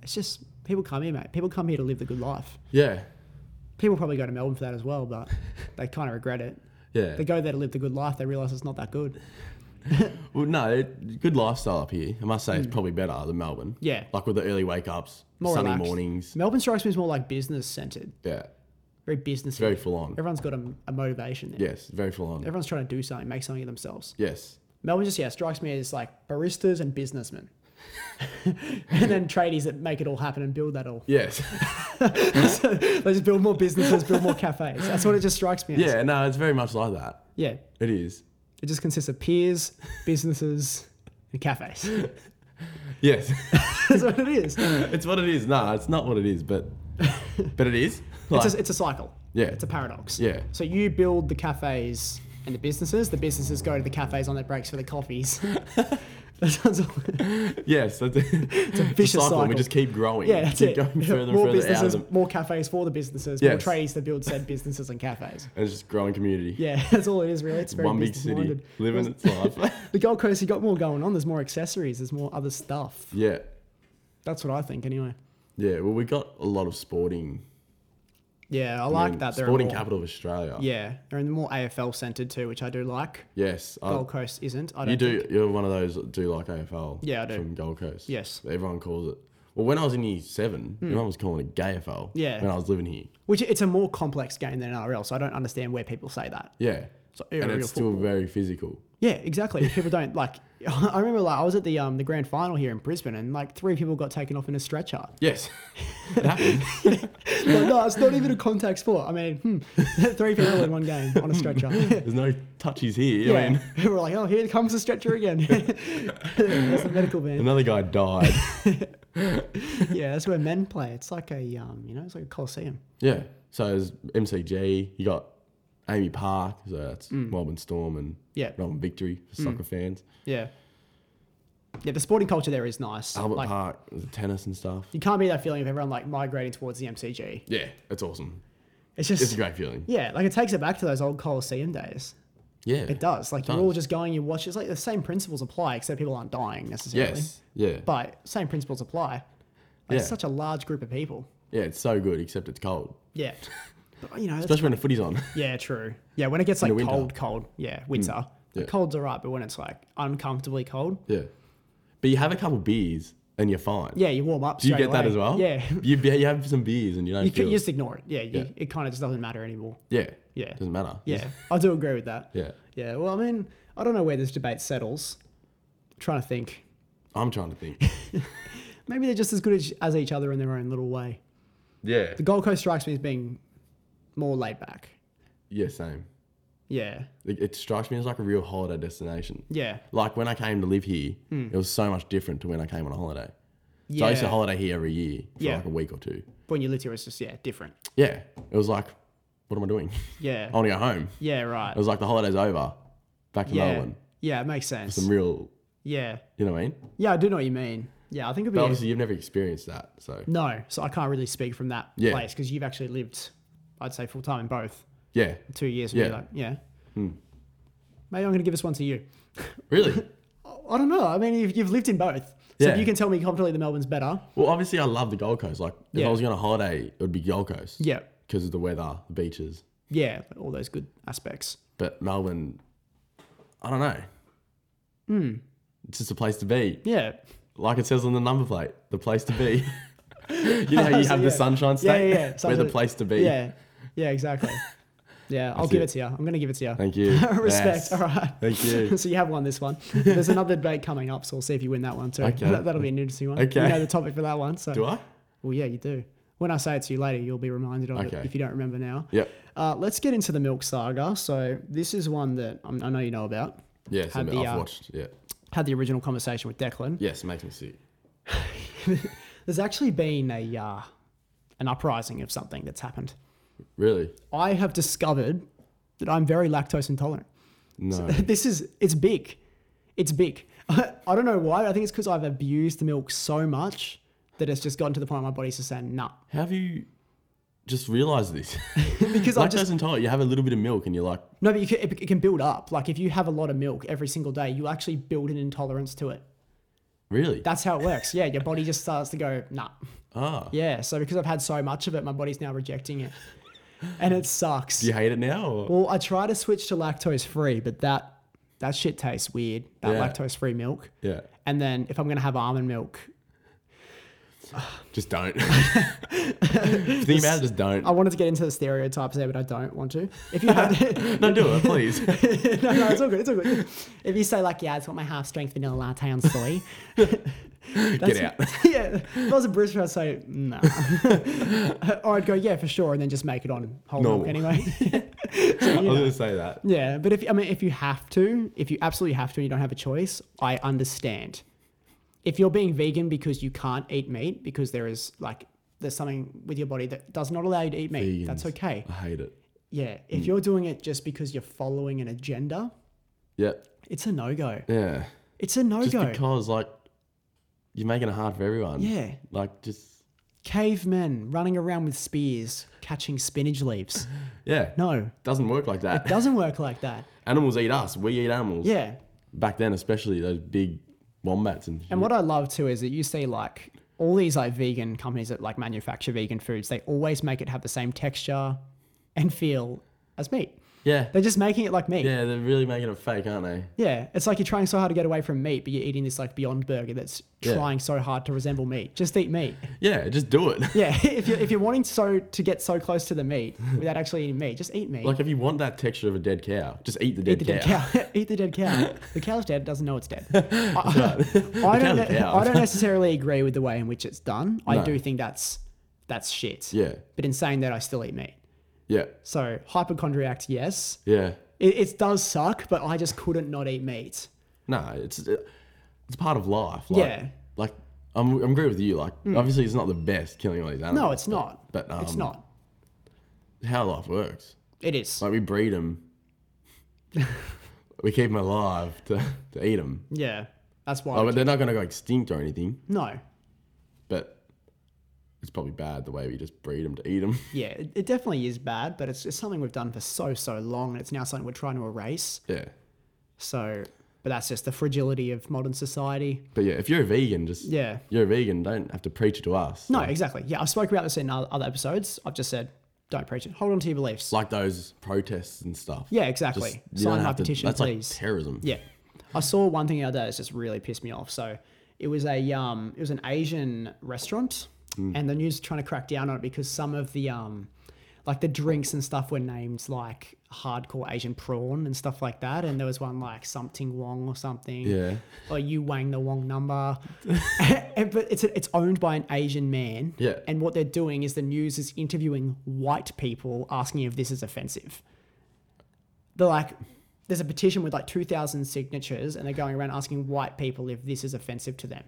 It's just people come here, mate. People come here to live the good life. Yeah. People probably go to Melbourne for that as well, but they kind of regret it. Yeah. They go there to live the good life. They realize it's not that good. Well, no, it- good lifestyle up here. I must say, it's probably better than Melbourne. Hmm. Yeah. Like with the early wake ups, More sunny relaxed. Hmm. mornings. Melbourne strikes me as more like business centered, Yeah. very business. Very full on. Everyone's got a, a motivation there. Yes, very full on. Everyone's trying to do something, make something of themselves. Yes. Melbourne just yeah strikes me as like baristas and businessmen, and then tradies that make it all happen and build that all. Yes. They just build more businesses, build more cafes. That's what it just strikes me as. yeah, no, it's very much like that. yeah. It is. It just consists of peers, businesses, and cafes. Yes. That's what it is. it's what it is. No, it's not what it is, but but it is. Like, It's a, it's a cycle. yeah. It's a paradox. yeah. So you build the cafes and the businesses. The businesses go to the cafes on their breaks for the coffees. that sounds. Yes, that's it's a vicious cycle. cycle. We just keep growing. Yeah, that's keep it. going further and more further out of businesses, them. more cafes for the businesses, more Yes. trades to build said businesses and cafes. And it's just growing community. Yeah, that's all it is really. It's very One big business city minded. living its life. The Gold Coast, you got more going on. There's more accessories. There's more other stuff. yeah. That's what I think, anyway. Yeah. Well, we got a lot of sporting. Yeah, I, I like mean, that. They're Sporting more, capital of Australia. Yeah, they're in the more AFL centered too, which I do like. Yes. I- Gold Coast isn't. I don't Oh. You do. think. You're one of those that do like AFL. Yeah, I do. From Gold Coast. Yes. Hmm. Everyone calls it. Well, when I was in year seven, everyone was calling it gay AFL. Yeah. When I was living here. Which it's a more complex game than NRL, so I don't understand where people say that. Yeah. So, and aerial it's still very physical. Yeah, exactly. People don't like. I remember like I was at the um the grand final here in Brisbane, and like three people got taken off in a stretcher. Yes. it happened. Like, no, it's not even a contact sport. I mean, hmm, three people in one game on a stretcher. There's no touches here. I yeah, mean, we're like, oh, here comes the stretcher again. that's the medical van. another guy died. Yeah, that's where men play. It's like a um, you know, it's like a coliseum. yeah. So there's MCG. You got Amy Park. So that's Melbourne Storm and Hmm. Yeah. Hmm. Melbourne Victory for soccer fans. Yeah, yeah, the sporting culture there is nice. Albert like, Park, there's tennis and stuff. you can't be that feeling of everyone like migrating towards the MCG. Yeah, it's awesome. It's just It's a great feeling. yeah, like it takes it back to those old Coliseum days. Yeah, It does. Like It you're all does. just going, you watch. It's like the same principles apply, except people aren't dying necessarily. Yes, yeah, But same principles apply. Like, Yeah. It's such a large group of people. yeah. It's so good, except it's cold, Yeah. But, you know, that's- especially when the footy's on. yeah, true. Yeah, when it gets like the winter. Mm. cold, cold. Yeah, winter. yeah. The cold's alright, but when it's like uncomfortably cold, yeah, but you have a couple beers and you're fine. yeah, you warm up. Do you straight get that away. as well? Yeah. You, be- you have some beers and you don't You, feel. can, you just ignore it. Yeah, you, Yeah. it kind of just doesn't matter anymore. yeah. Yeah. Doesn't matter. Yeah, I do agree with that. Yeah. Yeah, well, I mean, I don't know where this debate settles. trying to think. I'm trying to think. Maybe they're just as good as, as each other in their own little way. yeah. The Gold Coast strikes me as being more laid back. Yeah. Same. Yeah, It, it strikes me as like a real holiday destination. yeah, Like when I came to live here, it was so much different to when I came on a holiday. So I used Hmm. to yeah. holiday here every year for Yeah. like a week or two. when you lived here, it's just yeah, different. Yeah. It was like, what am I doing? Yeah, I want to go home. yeah, right. It was like the holiday's over. Back to Yeah, Melbourne. yeah, it makes sense. Some real, Yeah, you know what I mean? yeah, I do know what you mean. Yeah, I think it'd But be obviously you've never experienced that. So no. So I can't really speak from that Yeah. place because you've actually lived, I'd say, full time in both. yeah. Two years. Yeah, Yeah. Hmm. like, yeah. Maybe I'm gonna give this one to you. Really? I don't know. I mean, you've, you've lived in both, so Yeah. if you can tell me confidently the Melbourne's better, well, obviously I love the Gold Coast. Like if Yeah. I was going on a holiday, it would be Gold Coast. yeah, Because of the weather, the beaches. yeah, all those good aspects. But Melbourne, I don't know. Hmm. It's just a place to be. Yeah, like it says on the number plate, the place to be. you know how you So, have yeah. the sunshine Yeah, state? yeah, yeah. We're the Sunshine- place to be. yeah, yeah, exactly. Yeah, I'll That's give it. it to you. I'm gonna give it to you. Thank you. Respect. Yes. All right. Thank you. so you have won this one. There's another debate coming up, so we'll see if you win that one too. Okay. That, that'll be an interesting one. Okay. You know the topic for that one. So. Do I? Well, yeah, you do. When I say it to you later, you'll be reminded of Okay. it if you don't remember now. Yep. Uh, let's get into the milk saga. So this is one that um, I know you know about. Yeah, it's a Had bit- the, I've uh, watched. Yeah. Had the original conversation with Declan. Yes, it makes me sick. There's actually been a uh, an uprising of something that's happened. Really? I have discovered that I'm very lactose intolerant. No. this is it's big it's big i don't know why i think it's because i've abused the milk so much that it's just gotten to the point where my body's just saying nah How have you just realized this? because i Lactose just intolerant, you have a little bit of milk and you're like, no but you can, it, it can build up like if you have a lot of milk every single day you actually build an intolerance to it really? that's how it works yeah your body just starts to go nah ah. yeah so because i've had so much of it my body's now rejecting it and it sucks Do you hate it now? Or? well i try to switch to lactose free but that that shit tastes weird that Yeah. lactose free milk Yeah. and then if i'm going to have almond milk Just don't. Think about it, just don't. I wanted to get into the stereotypes there, but I don't want to. If you have, no, do it, please. no, no, it's all good. It's all good. If you say like, yeah, I just want my half-strength vanilla latte on soy. Get out. yeah, if I was a British, I'd say no. or I'd go, yeah, for sure, and then just make it on whole milk Normal. anyway. I was going to say that. yeah, but if I mean, if you have to, if you absolutely have to, and you don't have a choice, I understand. If you're being vegan because you can't eat meat because there is like there's something with your body that does not allow you to eat meat, that's Vegans. okay. I hate it. Yeah, if you're doing it just because you're following an agenda, Yeah. it's a no go. Yeah. It's a no Just go. because, like, you're making it hard for everyone. Yeah. Like, just, Cavemen running around with spears catching spinach leaves. yeah. No, Doesn't work like that. doesn't work like that. Animals eat us. We eat animals. Yeah. Back then, especially those big wombats and. And what I love too is that you see like all these like vegan companies that like manufacture vegan foods, they always make it have the same texture and feel as meat. yeah. They're just making it like meat. Yeah, they're really making it fake, aren't they? Yeah, it's like you're trying so hard to get away from meat, but you're eating this like Beyond Burger that's Yeah. trying so hard to resemble meat. Just eat meat. Yeah, just do it. Yeah, if you're, if you're wanting so to get so close to the meat without actually eating meat, just eat meat. like, if you want that texture of a dead cow, just eat the eat dead, the cow. dead cow. eat the dead cow. The cow's dead. It doesn't know it's dead. I, I don't. cow's ne- a cow. I don't necessarily agree with the way in which it's done. I No. do think that's that's shit. Yeah. But in saying that, I still eat meat. Yeah. So hypochondriac, yes, Yeah. it, it does suck, but I just couldn't not eat meat. No, it's it's part of life. Like, Yeah. Hmm. Like, I'm, I'm agree with you. Like, obviously, it's not the best killing all these animals. No, it's not. But um, it's not. how life works. It is. Like we breed them. we keep them alive to, to eat them. Yeah. That's why. Oh, but they're not going to go extinct or anything. no. But it's probably bad the way we just breed them to eat them. Yeah, it, it definitely is bad, but it's, it's something we've done for so, so long, and it's now something we're trying to erase. yeah. So, but that's just the fragility of modern society. But yeah, if you're a vegan, just Yeah. you're a vegan. Don't have to preach it to us. No, exactly. Yeah, I've spoke about this in o- other episodes. I've just said, don't preach it. Hold on to your beliefs. like those protests and stuff. yeah, Just- exactly. you don't Sign my have to- petition, that's please. Like terrorism. Yeah, I saw one thing the other day that's just really pissed me off. So it was a um, it was an Asian restaurant, Mm. and the news trying to crack down on it because some of the um, like the drinks and stuff were named like hardcore Asian prawn and stuff like that, and there was one like something Wong or something. Yeah. Or you Wang the Wong number, And- but it's it's owned by an Asian man. Yeah. And what they're doing is the news is interviewing white people asking if this is offensive they're like, there's a petition with like 2,000 signatures, and they're going around asking white people if this is offensive to them.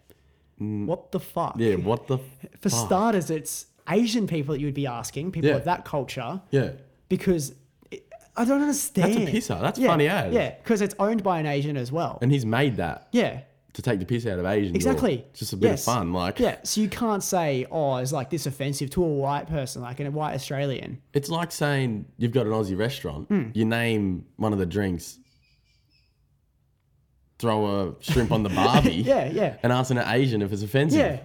What the fuck? Mm. Yeah. What the? For fuck? starters, it's Asian people that you would be asking, people Yeah. of that culture, Yeah. because it, I don't understand. pisser. That's yeah, funny as. Yeah, because it's owned by an Asian as well. And he's made that yeah. to take the piss out of Asians. or Exactly. Just a bit Yes. of fun, like. Yeah, so you can't say, oh, it's like this offensive to a white person, like a white Australian. It's like saying you've got an Aussie restaurant, Hmm. you name one of the drinks, throw a shrimp on the barbie, Yeah, yeah. and ask an Asian if it's offensive. Yeah.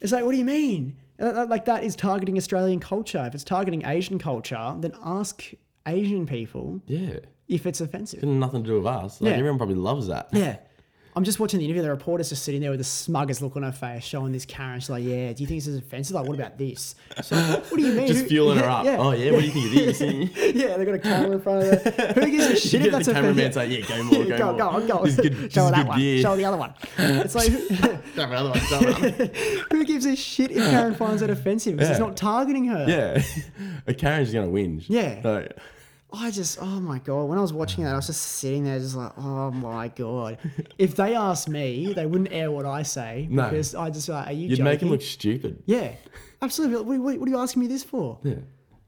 It's like, what do you mean? Uh, uh, Like, that is targeting Australian culture. If it's targeting Asian culture, then ask Asian people Yeah. if it's offensive. It's nothing to do with us. Like Yeah. everyone probably loves that. Yeah. I'm just watching the interview. The reporter's just sitting there with a smuggest look on her face, showing this Karen. She's like, "Yeah, do you think this is offensive? Like, what about this?" So, what do you mean? Just Who- fueling her yeah, up. Yeah. Oh yeah, what do you think of this? yeah, they got a camera in front of her. Who gives a shit if yeah, that's the offensive? cameraman's like, yeah, go more, go, go, more. go on, go. This is good, this Show her is that good one. beer. Show the other one. It's like, Don't have another one, don't have another one. who gives a shit if Karen finds it offensive? Because it's Yeah. not targeting her. yeah. A Karen's gonna whinge. Yeah. Like, I just, oh my god! When I was watching that, I was just sitting there, just like, oh my god! If they asked me, they wouldn't air what I say No. because I just like, are you you'd joking? make him look stupid. yeah, absolutely. Like, What, what, what are you asking me this for? Yeah.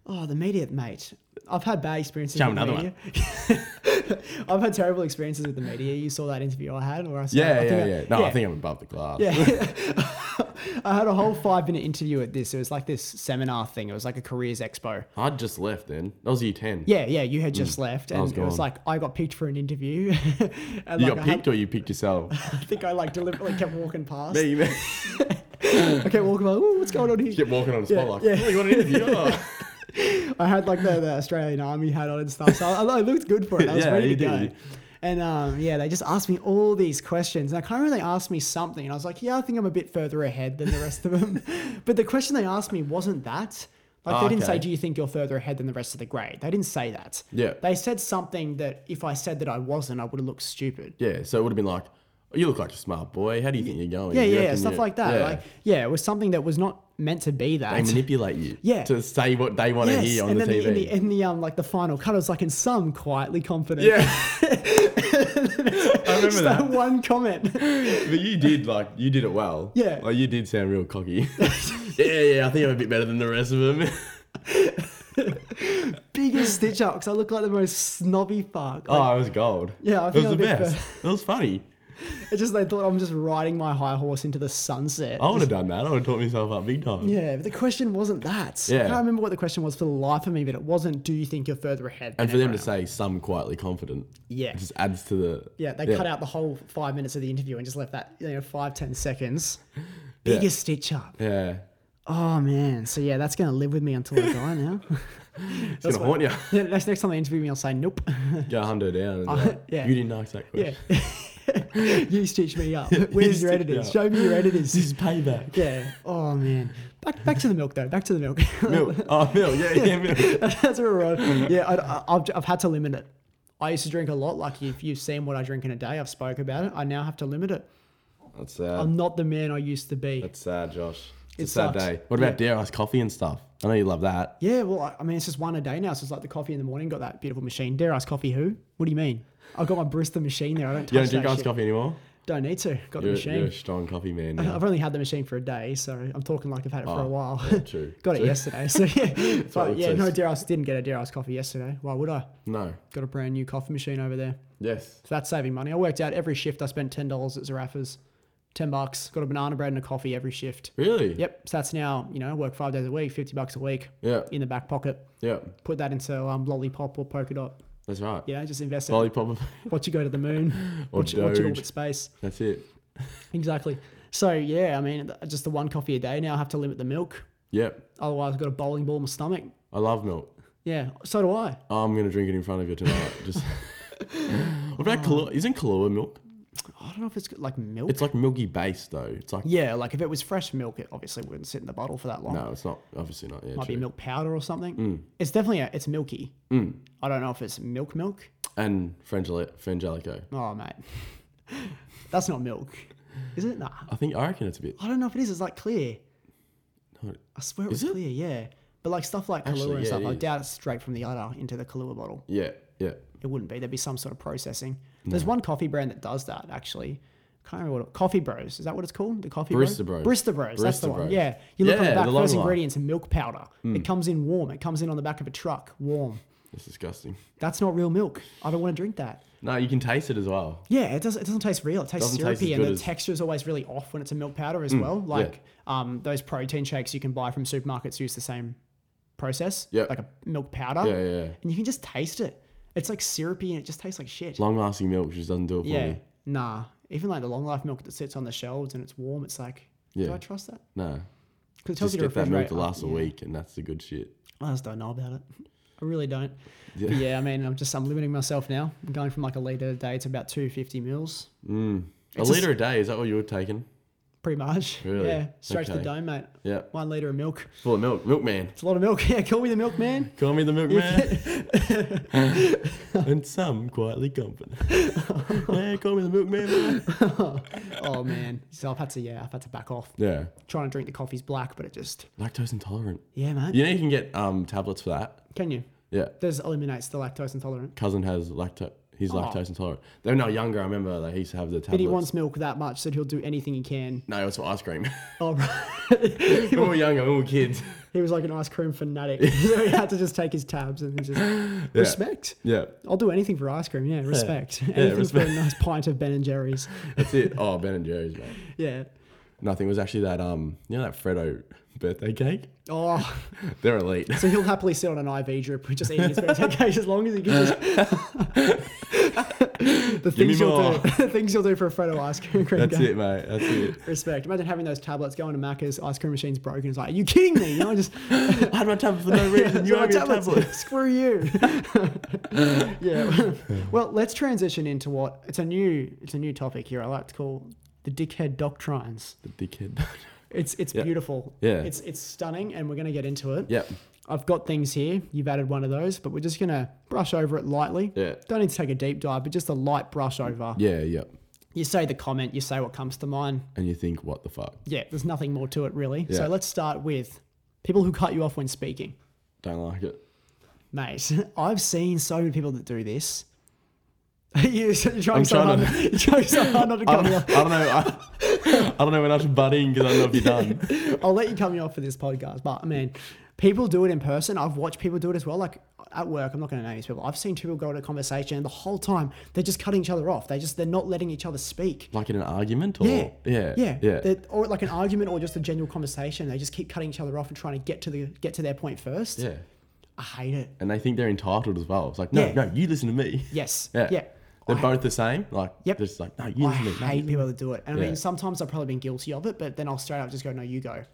Oh, the media, mate. I've had bad experiences. Show with another the media. I've had terrible experiences with the media. You saw that interview I had, or I saw, Yeah, I yeah, think yeah. I- No, I think I'm above the class. yeah. I had a whole five minute interview at this. It was like this seminar thing. It was like a careers expo. I'd just left then. That was year ten. Yeah, yeah, you had just left, and Mm. was it was gone. like I got picked for an interview. and You like, got I, had- picked or you picked yourself? I think I like deliberately kept walking past. Yeah, you may- I kept walking past. Ooh, what's going on here? Get walking on the spot Yeah, like, yeah. oh, you want an interview? Oh. I had like the, the Australian Army hat on and stuff, so I, I looked good for it. I was Yeah, ready to you go. did. And um, yeah, they just asked me all these questions, and I can't really asked me something, and I was like, yeah, I think I'm a bit further ahead than the rest of them. but the question they asked me wasn't that. Like they Oh, didn't say, okay. do you think you're further ahead than the rest of the grade? They didn't say that. Yeah. They said something that if I said that I wasn't, I would have looked stupid. yeah, so it would have been like, oh, you look like a smart boy. How do you think you're going? Yeah, You yeah, yeah, reckon stuff you- like that. Yeah. Like, yeah, it was something that was not meant to be that. they manipulate you Yeah. to say what they want to Yes, hear on and the then TV. in the in the um like the final cut, I was like in some quietly confident. yeah, I remember Just that that. one comment. But you did like you did it well. Yeah. like you did sound real cocky. yeah, yeah, I think I'm a bit better than the rest of them. Biggest stitch up because I look like the most snobby fuck. oh, Like, I was gold. Yeah, I it think was the I'm a bit best. It was funny. It's just they thought I'm just riding my high horse into the sunset. I would have done that. I would have taught myself up big time. Yeah, but the question wasn't that. I Yeah. can't remember what the question was for the life of me, but it wasn't. Do you think you're further ahead? than And for them everyone to else?" say some quietly confident, Yeah. it just adds to the Yeah, they cut out the whole five minutes of the interview and just left that, you know, five, ten seconds. Yeah. Biggest stitch up. Yeah, Oh, man. So, yeah, that's going to live with me until I die now. it's gonna haunt you. Yeah, next, next time they interview me, I'll say, nope. Go hundo down. And, Uh, uh, yeah. You didn't ask that yeah. question. you stitch me up. Where's your stitch me editors? up. Show me your editors. This is payback. Yeah. Oh man. Back back to the milk though. Back to the milk. Milk. Oh, milk. Yeah, yeah, milk. That's where we're on. Yeah, I, I, I've, I've had to limit it. I used to drink a lot. Like if you've seen what I drink in a day, I've spoke about it. I now have to limit it. That's sad. I'm not the man I used to be. That's sad, Josh. It's It a sad sucks. day. What about dairy ice coffee and stuff? I know you love that. Yeah. Well, I, I mean, it's just one a day now. So it's like the coffee in the morning. Got that beautiful machine. Dare I ask coffee? Who? What do you mean? I've got my Bristol machine there. I don't touch You don't drink that iced shit. coffee anymore? Don't need to. Got the You're, machine. you're a strong coffee man. Now. I've only had the machine for a day, so I'm talking like I've had it for Oh, a while. yeah, true, Got it true. yesterday, so yeah. what but it yeah, no, says. Deros didn't get a Deros coffee yesterday. Why would I? No. Got a brand new coffee machine over there. Yes. So that's saving money. I worked out every shift I spent ten dollars at Zarafa's, ten bucks. Got a banana bread and a coffee every shift. Really? Yep. So that's now you know I work five days a week, fifty bucks a week Yeah. in the back pocket. Yeah. Put that into um, lollipop or polka dot. That's right. You know, just invest it. Lollipop. Watch you go to the moon. Or watch, watch it Doge. orbit space. That's it. Exactly. So yeah, I mean, th- just the one coffee a day now. I have to limit the milk. Yep. Otherwise, I've got a bowling ball in my stomach. I love milk. Yeah, so do I. I'm gonna drink it in front of you tonight. Just. what about Kahlua? Isn't Kahlua milk? I don't know if it's got, like milk. It's like milky base though. It's like yeah, like if it was fresh milk, it obviously wouldn't sit in the bottle for that long. no, it's not. Obviously not. Yeah. Might True. be Mm. milk powder or something. It's definitely a, it's milky. Mm. I don't know if it's milk milk. And frangeli- frangelico. Oh mate, that's not milk, is it? Nah, I think I reckon it's a bit. I don't know if it is. It's like clear. No. I swear it was Is it? clear. Yeah, but like stuff like Kahlua Actually, and yeah, stuff, it I is. doubt it's straight from the udder into the Kahlua bottle. Yeah. Yeah. It wouldn't be. There'd be some sort of processing. There's one coffee brand that does that actually. Can't remember what it, Coffee Bros. Is that what it's called? The Coffee Barista Bros. Brista Bros. That's the Barista one. Bros. Yeah. You look on the Yeah, back. the long Mm. first one. ingredients: milk powder. It comes in warm. It comes in on the back of a truck, warm. It's disgusting. That's not real milk. I don't want to drink that. No, you can taste it as well. Yeah, it doesn't. It doesn't taste real. It tastes Doesn't taste syrupy, as and good the as- Mm, texture is always really off when it's a milk powder as well. Like um, those protein shakes you can buy from supermarkets use the same process. Yep. Like a milk powder, Yeah. Yeah. yeah. and you can just taste it. It's like syrupy, and it just tastes like shit. Long lasting milk just doesn't do it for yeah, me. nah. Even like the long life milk that sits on the shelves and it's warm, it's like, do Yeah. I trust that? No. Because it tells Just you to get that milk refrigerate. to up- last a yeah. week, and that's the good shit. I just don't know about it. I really don't. Yeah. But yeah, I mean, I'm just I'm limiting myself now. I'm going from like a liter a day to about 250 mils. Mm. A It's liter a day, is that what you were taking? Pretty much. Really? Yeah. Straight to the Okay. dome, mate. Yeah. One liter of milk. Full of milk. Milkman. It's a lot of milk. Yeah, call me the milkman. Call me the milkman. and some quietly company. yeah, call me the milkman. man. oh man. So I've had to yeah, I've had to back off. Yeah. Trying to drink the coffee's black, but it just Lactose intolerant. yeah, mate. You know you can get um tablets for that. Can you? Yeah. This eliminates the lactose intolerant. Cousin has lactose. He's lactose intolerant. Though when I was younger, I remember like, he used to have the tablets. Oh. But he wants milk that much that he'll do anything he can. no, it's for ice cream. Oh, right. when we were younger, when we were kids. He was like an ice cream fanatic. so he had to just take his tabs and just respect. Yeah, I'll do anything for ice cream. Yeah, respect. anything respect. for a nice pint of Ben and Jerry's. that's it. Oh, Ben and Jerry's, mate. Yeah. Nothing. It was actually that um, you know that Freddo birthday cake. Oh, They're elite. so he'll happily sit on an IV drip, just eating his birthday cake as long as he can. Just the things you'll more. do, the things you'll do for a photo ice cream. cream That's cake. it, mate. That's it. Respect. Imagine having those tablets going to Macca's, ice cream machine's broken. It's like, are you kidding me? You know, just I had my tablet for no reason. You Sorry, have your tablets. tablet. Screw you. yeah. Well, let's transition into what it's a new it's a new topic here. I like to call the dickhead doctrines. The dickhead. It's it's beautiful. Yeah. It's it's stunning, and we're gonna get into it. yep. I've got things here. You've added one of those, but we're just gonna brush over it lightly. Yeah. Don't need to take a deep dive, but just a light brush over. Yeah. Yep. You say the comment. You say what comes to mind. And you think, what the fuck? Yeah. There's nothing more to it really. Yeah. So let's start with people who cut you off when speaking. Don't like it. Mate, I've seen so many people that do this. you, so you're trying so trying hard. you're trying so hard not to I cut don't, me I off. don't know. I, I don't know when I should butt in because I don't know if you're done. I'll let you cut me off for this podcast, but I mean, people do it in person. I've watched people do it as well. Like at work, I'm not going to name these people. I've seen two people go into a conversation, and the whole time they're just cutting each other off. They just they're not letting each other speak. Like in an argument or Yeah. yeah. Yeah. Yeah. They're- Or like an argument or just a general conversation. They just keep cutting each other off and trying to get to the get to their point first. Yeah. I hate it. And they think they're entitled as well. It's like, no, Yeah. no, you listen to me. Yes. Yeah. yeah. They're I- both the same. Like, Yep. just like, no, you I listen to me. no, you hate listen people that do it. And I Yeah. mean, sometimes I've probably been guilty of it, but then I'll straight up just go, no, you go. to me."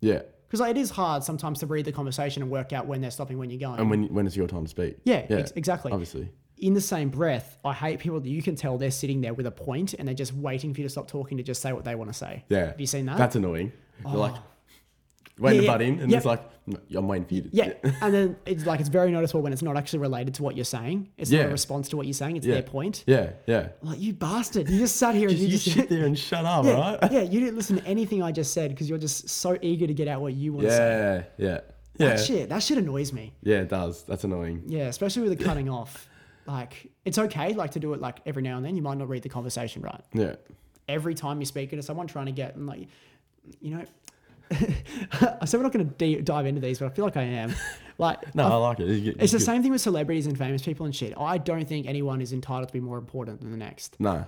Yeah. Because like, it is hard sometimes to read the conversation and work out when they're stopping, when you're going. And when when it's your time to speak. yeah, ex- exactly. Obviously. In the same breath, I hate people that you can tell they're sitting there with a point and they're just waiting for you to stop talking to just say what they want to say. Yeah. Have you seen that? Oh. That's annoying. They're like, waiting Yeah, to butt yeah. in, and Yep. it's like, "No, I'm waiting for you to. yeah. and then it's like, it's very noticeable when it's not actually related to what you're saying. It's not Yeah. a response to what you're saying, it's Yeah. their point. Yeah. Yeah. I'm like, you bastard. You just sat here and you You just. sit there and shut up, yeah, right? yeah, you didn't listen to anything I just said because you're just so eager to get out what you want to say. Yeah. Yeah. Yeah. That Ah, shit, that shit annoys me. Yeah, it does. That's annoying. Yeah, especially with the cutting off. Like it's okay, like to do it like every now and then. You might not read the conversation right, Yeah. every time you're speaking to someone trying to get and like you know I said we're not going to de- dive into these, but I feel like I am. Like, No, I- I like it. You- it's you- the same thing with celebrities and famous people and shit. I don't think anyone is entitled to be more important than the next No.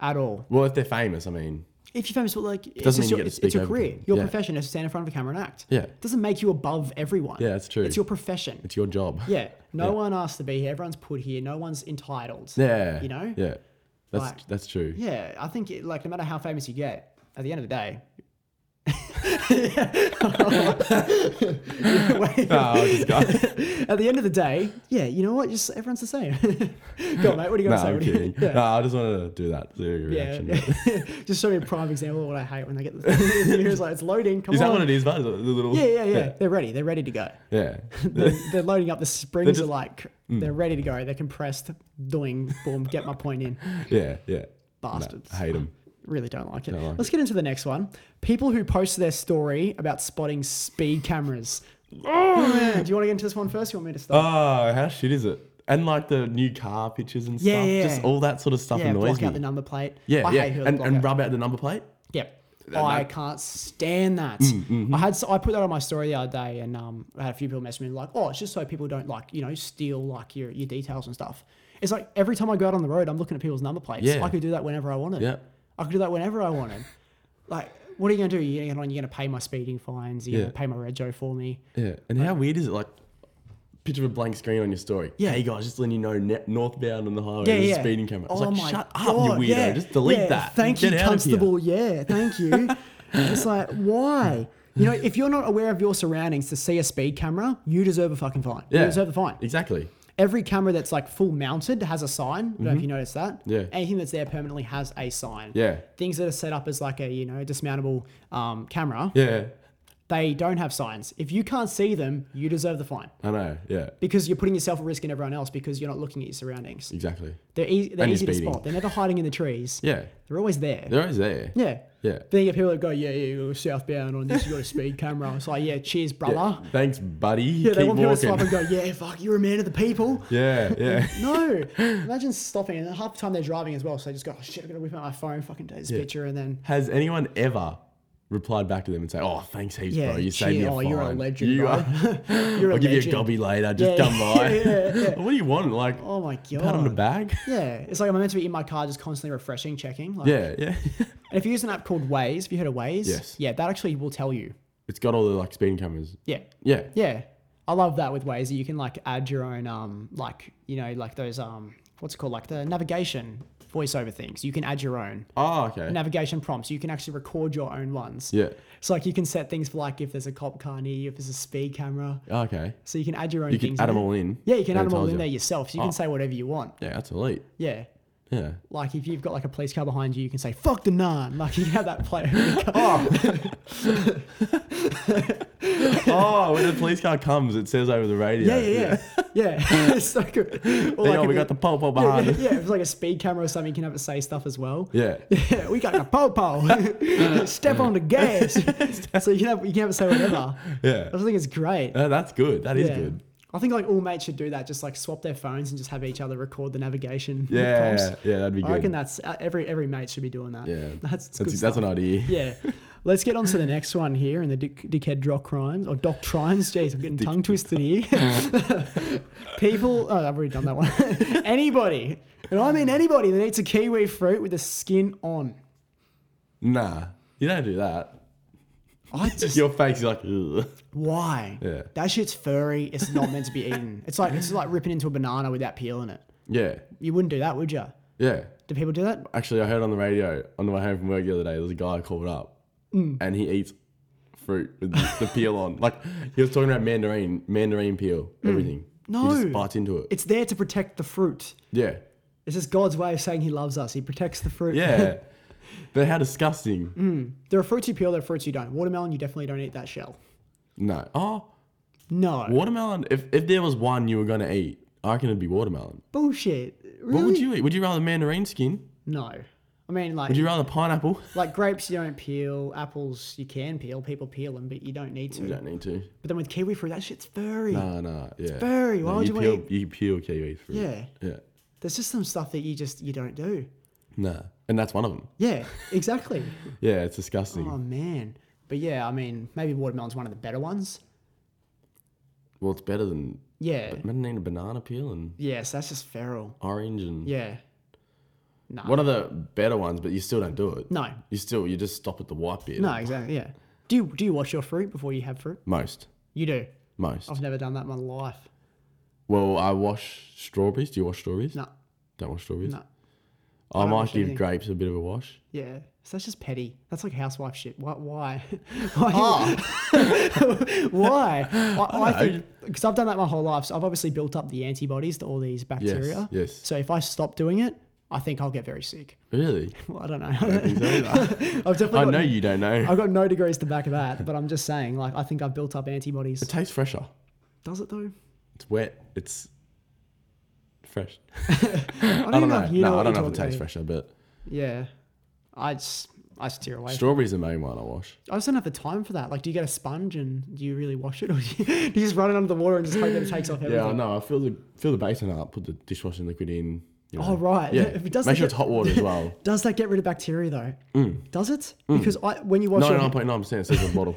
at all. Well, if they're famous, I mean, If you're famous, well, like it's, Doesn't just your, mean you get to it's, it's speak your over career, people. your Yeah. profession is to stand in front of a camera and act. Yeah. doesn't make you above everyone. yeah, it's true. it's your profession. It's your job. yeah, no one asked to be here. Everyone's put here. No one's entitled. Yeah. You know? Yeah. That's Like- that's true. Yeah, I think it, like no matter how famous you get, at the end of the day. Oh, this guy. At the end of the day, yeah, you know what? Just everyone's the same. Go on, mate. What are you no, gonna say? I'm What do you- kidding. No, I just wanted to do that. See your Yeah, reaction. just show me a prime example of what I hate when they get the it's like it's loading. Come Is that on. what it is, bud? The little. yeah, yeah, yeah, They're ready. They're ready to go. Yeah. They're, they're loading up. The springs just- Mm. are like they're ready to go. They're compressed. Doing boom. Get my point in. Yeah. Yeah. Bastards. I hate them. Really don't like it. Don't like Let's get into the next one. People who post their story about spotting speed cameras. Oh man, do you want to get into this one first? You want me to start? Oh, how shit is it? And like the new car pictures and Yeah, stuff. yeah, Just yeah. all that sort of stuff yeah, annoys block me. out the number plate. yeah, I yeah. hate who they And, block and out. rub out the number plate. Yep. I can't stand that. Mm, I had I put that on my story the other day, and um, I had a few people message me like, "Oh, it's just so people don't like you know steal like your your details and stuff." It's like every time I go out on the road, I'm looking at people's number plates. Yeah. I could do that whenever I wanted. Yeah. I could do that whenever I wanted. like, what are you gonna do? You're gonna, you're gonna pay my speeding fines. You're Yeah. gonna pay my rego for me. Yeah. And how weird is it? Like, picture of a blank screen on your story. Yeah. Hey guys, just letting you know, ne- northbound on the highway, Yeah, there's yeah. a speeding camera. It's Oh like, my shut God, up, you weirdo. yeah, Just delete yeah, that. Thank Get you, out of here. Constable. Yeah, thank you. it's like, why? You know, if you're not aware of your surroundings to see a speed camera, you deserve a fucking fine. You Yeah. deserve a fine. Exactly. Every camera that's like full mounted has a sign. I don't know if you notice that. Mm-hmm. Yeah. Anything that's there permanently has a sign. Yeah. Things that are set up as like a you know dismountable um, camera, Yeah. they don't have signs. If you can't see them, you deserve the fine I know. Yeah. because you're putting yourself at risk and everyone else because you're not looking at your surroundings. Exactly. They're, ea- they're And you're easy to speeding. spot. They're never hiding in the trees. Yeah. They're always there. They're always there. Yeah. Yeah. Then you get people that go, yeah, yeah, you're southbound on this, you got a speed camera. It's like, yeah, cheers, brother. Yeah, Thanks, buddy. Ah. they Keep want people to stop walking. and go, yeah, fuck, you're a man of the people. Yeah. Yeah. No, imagine stopping. And half the time they're driving as well, so they just go, oh, shit, I'm gonna whip out my phone, fucking take this picture, and then Has anyone ever replied back to them and say, "Oh, thanks heaps, yeah, bro. You cheer, saved me a oh, you're a fine. legend, You bro. are- you're a I'll give you a legend." gobby later. Just Yeah, come by. yeah, what do you want? Like Oh my god. pat on the back? Yeah, it's like I'm meant to be in my car, just constantly refreshing, checking. Like, Yeah, yeah. And if you use an app called Waze, have you heard of Waze? Yes. Yeah, that actually will tell you. it's got all the like speeding cameras. Yeah. Yeah, Yeah. I love that with Waze. You can like add your own um like you know like those um what's it called like the navigation voiceover things. You can add your own Oh, okay. navigation prompts. You can actually record your own ones. Yeah. So like you can set things for like if there's a cop car near you, if there's a speed camera. Oh, Okay. So you can add your own You things. can add in them there. all Oh. in. Yeah, you can and add it them all tells in you. there yourself. So you can say whatever you want. Yeah, that's elite. Yeah. Yeah. Like if you've got like a police car behind you, you can say "fuck the nun." Like you can have that play. oh, when the police car comes, it says over the radio. yeah, yeah, yeah, yeah. it's so good. Or Hey, like oh, if we it- got the popo yeah, behind. yeah, us. yeah, if it's like a speed camera or something, you can have it say stuff as well. Yeah. Yeah, we got a popo. Step on the gas. so you can have you can have it say whatever. Yeah. I think it's great. No, that's good. That is Yeah. good. I think like all mates should do that. Just like swap their phones and just have each other record the navigation. Yeah. prompts. Yeah, that'd be I reckon good. that's uh, every every mate should be doing that. yeah. that's that's, good that's, stuff. that's an idea. yeah. Let's get on to the next one here in the dick, dickhead doctrines or doctrines. Jeez, I'm getting tongue twisted here. People, oh, I've already done that one. anybody, and I mean anybody that eats a kiwi fruit with the skin on. Nah, you don't do that. I just Your face is like, Ugh. why? Yeah. That shit's furry. It's not meant to be eaten. It's like it's like ripping into a banana without peeling it. yeah, You wouldn't do that, would you? yeah. Do people do that? Actually, I heard on the radio on the way home from work the other day, there was a guy called up Mm. and he eats fruit with the the peel on. Like, he was talking about mandarin, mandarin peel, everything. He Mm. No. just bites into it. It's there to protect the fruit. Yeah, This is God's way of saying He loves us. He protects the fruit. yeah. but how disgusting. Mm. there are fruits you peel. There are fruits you don't. Watermelon, you definitely don't eat that shell. No. Oh, No. watermelon. If, if there was one you were going to eat, I reckon it'd be watermelon. Bullshit. Really? What would you eat? Would you rather mandarin skin? No. I mean, like, Would you rather pineapple? like grapes you don't peel, apples you can peel. People peel them, but you don't need to. You don't need to. But then with kiwi fruit, that shit's furry. Nah, nah. Yeah. It's furry, why would you wanna peel, You peel kiwi fruit. Yeah. Yeah. There's just some stuff that you just you don't do. Nah. and that's one of them. Yeah, exactly. Yeah, it's disgusting. oh man. But yeah, I mean, maybe watermelon's one of the better ones. Well, it's better than Yeah. but need a banana peel and Yes, that's just feral. orange and Yeah. Nah. one of the better ones, but you still don't do it. No. you still you just stop at the white bit. No, exactly. Yeah. Do you, do you wash your fruit before you have fruit? most You do. most. I've never done that in my life. Well, I wash strawberries. Do you wash strawberries? No. Don't wash strawberries. No. I, don't might wash give anything. grapes a bit of a wash. Yeah. So that's just petty. That's like housewife shit. Why? Why? why? Oh. why? I, I, think because I've done that my whole life, so I've obviously built up the antibodies to all these bacteria. yes. So if I stop doing it, I think I'll get very sick. Really? Well, I don't know. Is that- I've definitely. I got, know you don't know. I've got no degrees to back that, but I'm just saying. Like, I think I've built up antibodies. It tastes fresher. Does it though? It's wet. It's fresh. I don't, I don't even know. if you No, I what don't you're know if it talking tastes about. fresher, but Yeah. I just I steer away. strawberries are the main one I wash. I just don't have the time for that. Like, do you get a sponge and do you really wash it, or do you, do you just run it under the water and just hope that it takes off everything? Yeah, I know. I fill the fill the basin up, put the dishwashing liquid in. You know. Oh, right. Yeah. If it doesn't Make sure get- it's hot Mm. water as well. Does that get rid of bacteria though? Does it? Because I, when you wash your, Ninety-nine point nine percent says on the bottle.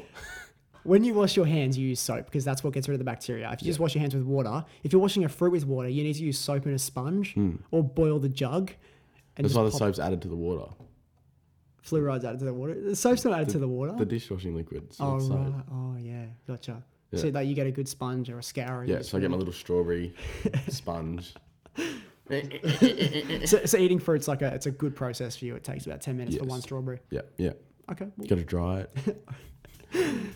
when you wash your hands, you use soap because that's what gets rid of the bacteria. If you just wash your hands with water, if you're washing a fruit with water, you need to use soap and a sponge or boil the jug. And Mm. That's just why the pop soap's added to the water. fluoride's added to the water. The soap's not added to the water. The dishwashing liquid. So oh it's soap. right. Oh yeah. Gotcha. So Yeah. that you get a good sponge or a scour. and Yeah, just so I get my little strawberry sponge. So, so eating fruit's like a it's a good process for you. It takes about ten minutes for Yes. one strawberry. Yeah, yeah. Okay. Well, Got to dry it.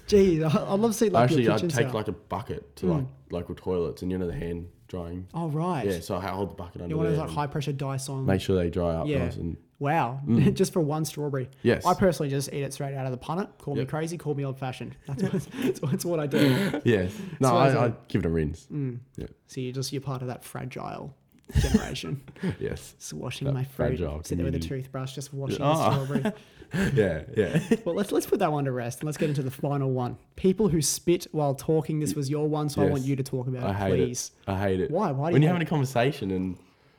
geez, I, I'd love to see like Actually, your Hmm. I kitchen take set. like a bucket to like local toilets, and you know the hand drying. oh right. Yeah, so I hold the bucket under You want there. those like and high pressure Dyson. make sure they dry up Yeah. nice and Wow. just for one strawberry. Yes. I personally just eat it straight out of the punnet. Call me Yep. crazy, call me old fashioned. That's what, that's, what- that's what I do. yeah. No, So as I, a- I give it a rinse. Hmm. Yeah. So you just you're part of that fragile generation. Yes. Just washing my fruit. fragile Sit there with a community. toothbrush, just washing Ah. the strawberry. Yeah. Yeah. Well, let's let's put that one to rest and let's get into the final one. People who spit while talking. This was your one, so I Yes. want you to talk about I it, hate please. it. I hate it. Why? Why do when you you're having a conversation and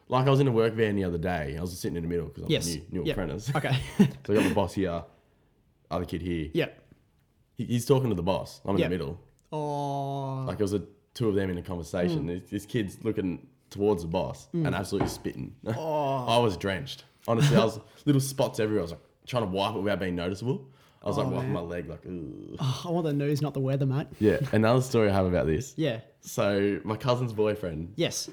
like I was in a work van the other day, I was sitting in the middle because I'm Yes. a new, new Yep. apprentice. Okay. So I got the boss here, other kid here. yeah. He, he's talking to the boss. I'm in Yep. the middle. Oh. Like it was a, two of them in a conversation. Mm. This, this kid's looking towards the boss and absolutely spitting. Oh. I was drenched. Honestly, I was little spots everywhere. I was like trying to wipe it without being noticeable. I Oh, was like wiping my leg, like, Ugh. I want the news, not the weather, mate. yeah. Another story I have about this. Yeah. So my cousin's boyfriend. Yes.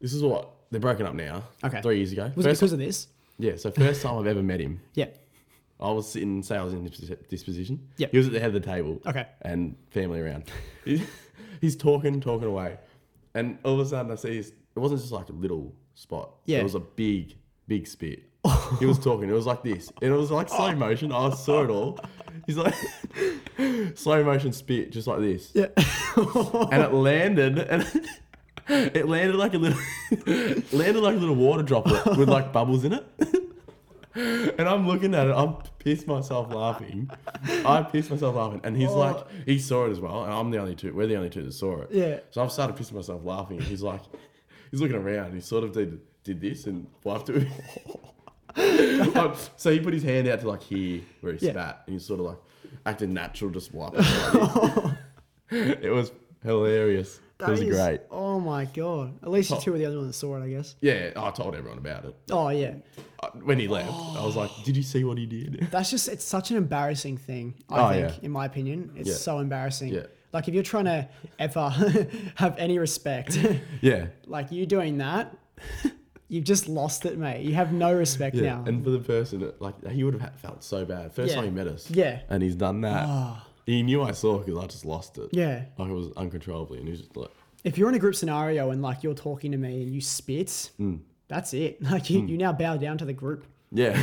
This is what they're broken up now. Okay. Three years ago. Was it First- because of this? Yeah, so first time I've ever met him, Yeah. I was sitting, say I was in this posi- this position. Yep. He was at the head of the table. Okay. And family around. He's- He's talking, talking away. And all of a sudden I see this, it wasn't just like a little spot. Yeah. It was a big, big spit. he was talking. It was like this. And it was like Oh. slow motion. I saw it all. He's like, slow motion spit, just like this Yeah. and it landed and it landed like a little landed like a little water droplet with like bubbles in it. And I'm looking at it, I'm pissed myself laughing. I pissed myself laughing. And he's like, he saw it as well. And I'm the only two, we're the only two that saw it. Oh. Yeah. So I've started pissing myself laughing. And he's like, he's looking around. And he sort of did, did this and wiped it. Um, so he put his hand out to like here where he Yeah. spat. And he's sort of like acting natural, just wiping it. It was hilarious. it was That is- great. Oh. Oh my god! At least you two were the only ones that saw it, I guess. Yeah, I told everyone about it. Oh yeah, Uh, When he left, I was like, "Did you see what he did?" that's just—it's such an embarrassing thing. I Oh, think, yeah. in my opinion, it's Yeah. so embarrassing. Yeah. Like if you're trying to ever have any respect, Yeah, like you doing that, you've just lost it, mate. You have no respect yeah. now. And for the person, that, like he would have ha- felt so bad first Yeah. time he met us. Yeah. Ah. and he's done that. He knew I saw because I just lost it. yeah. like it was uncontrollably, and he was just like, If you're in a group scenario and like you're talking to me and you spit, Hmm. that's it. Like you, you now bow down to the group. "Yeah,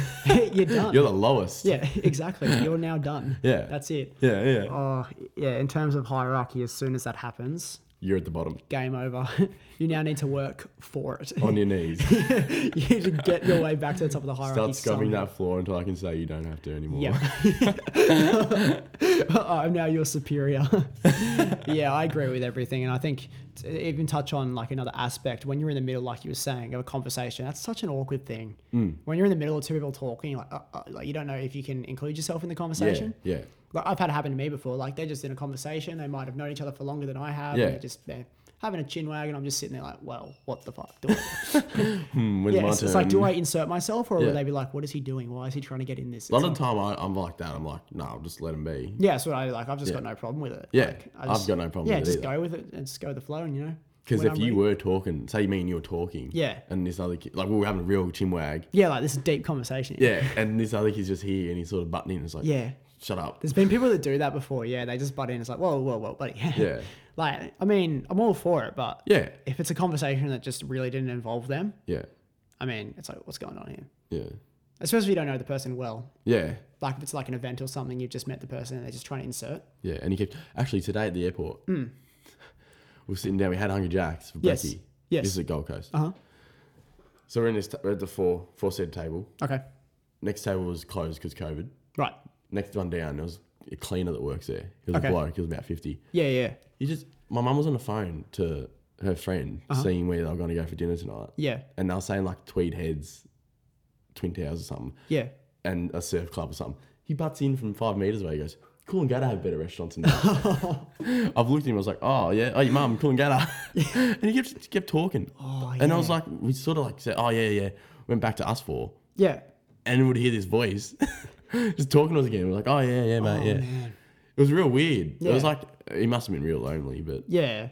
you're done. Hmm. you're the lowest." yeah, exactly. You're now done. Yeah. That's it. yeah, yeah. Oh, yeah, in terms of hierarchy, as soon as that happens, You're at the bottom Game over. you now need to work for it. on your knees. you need to get your way back to the top of the Start hierarchy. scumming somehow. that floor until I can say you don't have to anymore. Yep. I'm now your superior. yeah, I agree with everything. And I think to even touch on like another aspect, when you're in the middle, like you were saying, of a conversation, that's such an awkward thing. Mm. When you're in the middle of two people talking, like, uh, uh, like you don't know if you can include yourself in the Yeah, conversation. yeah. Like I've had it happen to me before. Like they're just in a conversation. They might have known each other for longer than I have. Yeah. And they're just they're having a chin wag, and I'm just sitting there like, well, what the fuck? Do I Hmm, when's yeah, my it's, it's like, turn? do I insert myself, or Yeah. will they be like, what is he doing? Why is he trying to get in this? It's A lot of like- the time I, I'm like that. I'm like, nah, I'll just let him be. yeah, that's what I like. I've just got no problem with it. Yeah, like, I I've got no problem Yeah, with it just either. go with it and just go with the flow, and you know. Because when if I'm you ready- were talking, say me and you were talking, Yeah. and this other kid, like we were having a real chinwag, yeah, like this is deep conversation. yeah, and this other kid's just here and he's sort of butting in. It's like, yeah. shut up. There's been people that do that before. Yeah, they just butt in. It's like, whoa, whoa, whoa, buddy. Yeah. like, I mean, I'm all for it, but Yeah, if it's a conversation that just really didn't involve them, yeah, I mean, it's like, what's going on here? yeah, Especially if you don't know the person well. yeah, Like if it's like an event or something, you've just met the person and they're just trying to insert. yeah. And he kept actually today at the airport. We were sitting down. We had Hungry Jacks for Hmm. Yes. brekkie. Yes. This is at Gold Coast. Uh huh. So we're in this. T- we're at the four four seat table. Okay. Next table was closed because COVID. Right. Next one down, there was a cleaner that works there. He was Okay. a bloke. He was about fifty. Yeah, yeah, He just. My mum was on the phone to her friend, Uh-huh. seeing where they were going to go for dinner tonight. yeah, and they were saying like Tweed Heads, Twin Towers or something, yeah. and a surf club or something. He butts in from five meters away. He goes, Coolangatta have better restaurants than that. I've looked at him. I was like, oh yeah, oh your mum, Coolangatta, and he kept kept talking. Oh, and I was yeah. like, we sort of like said, oh yeah, yeah. Went back to us four, Yeah. and would hear this voice just talking to us again. We're like, oh yeah, yeah, mate, Oh, yeah. man. It was real weird. It was Yeah. like he must have been real lonely, but Yeah.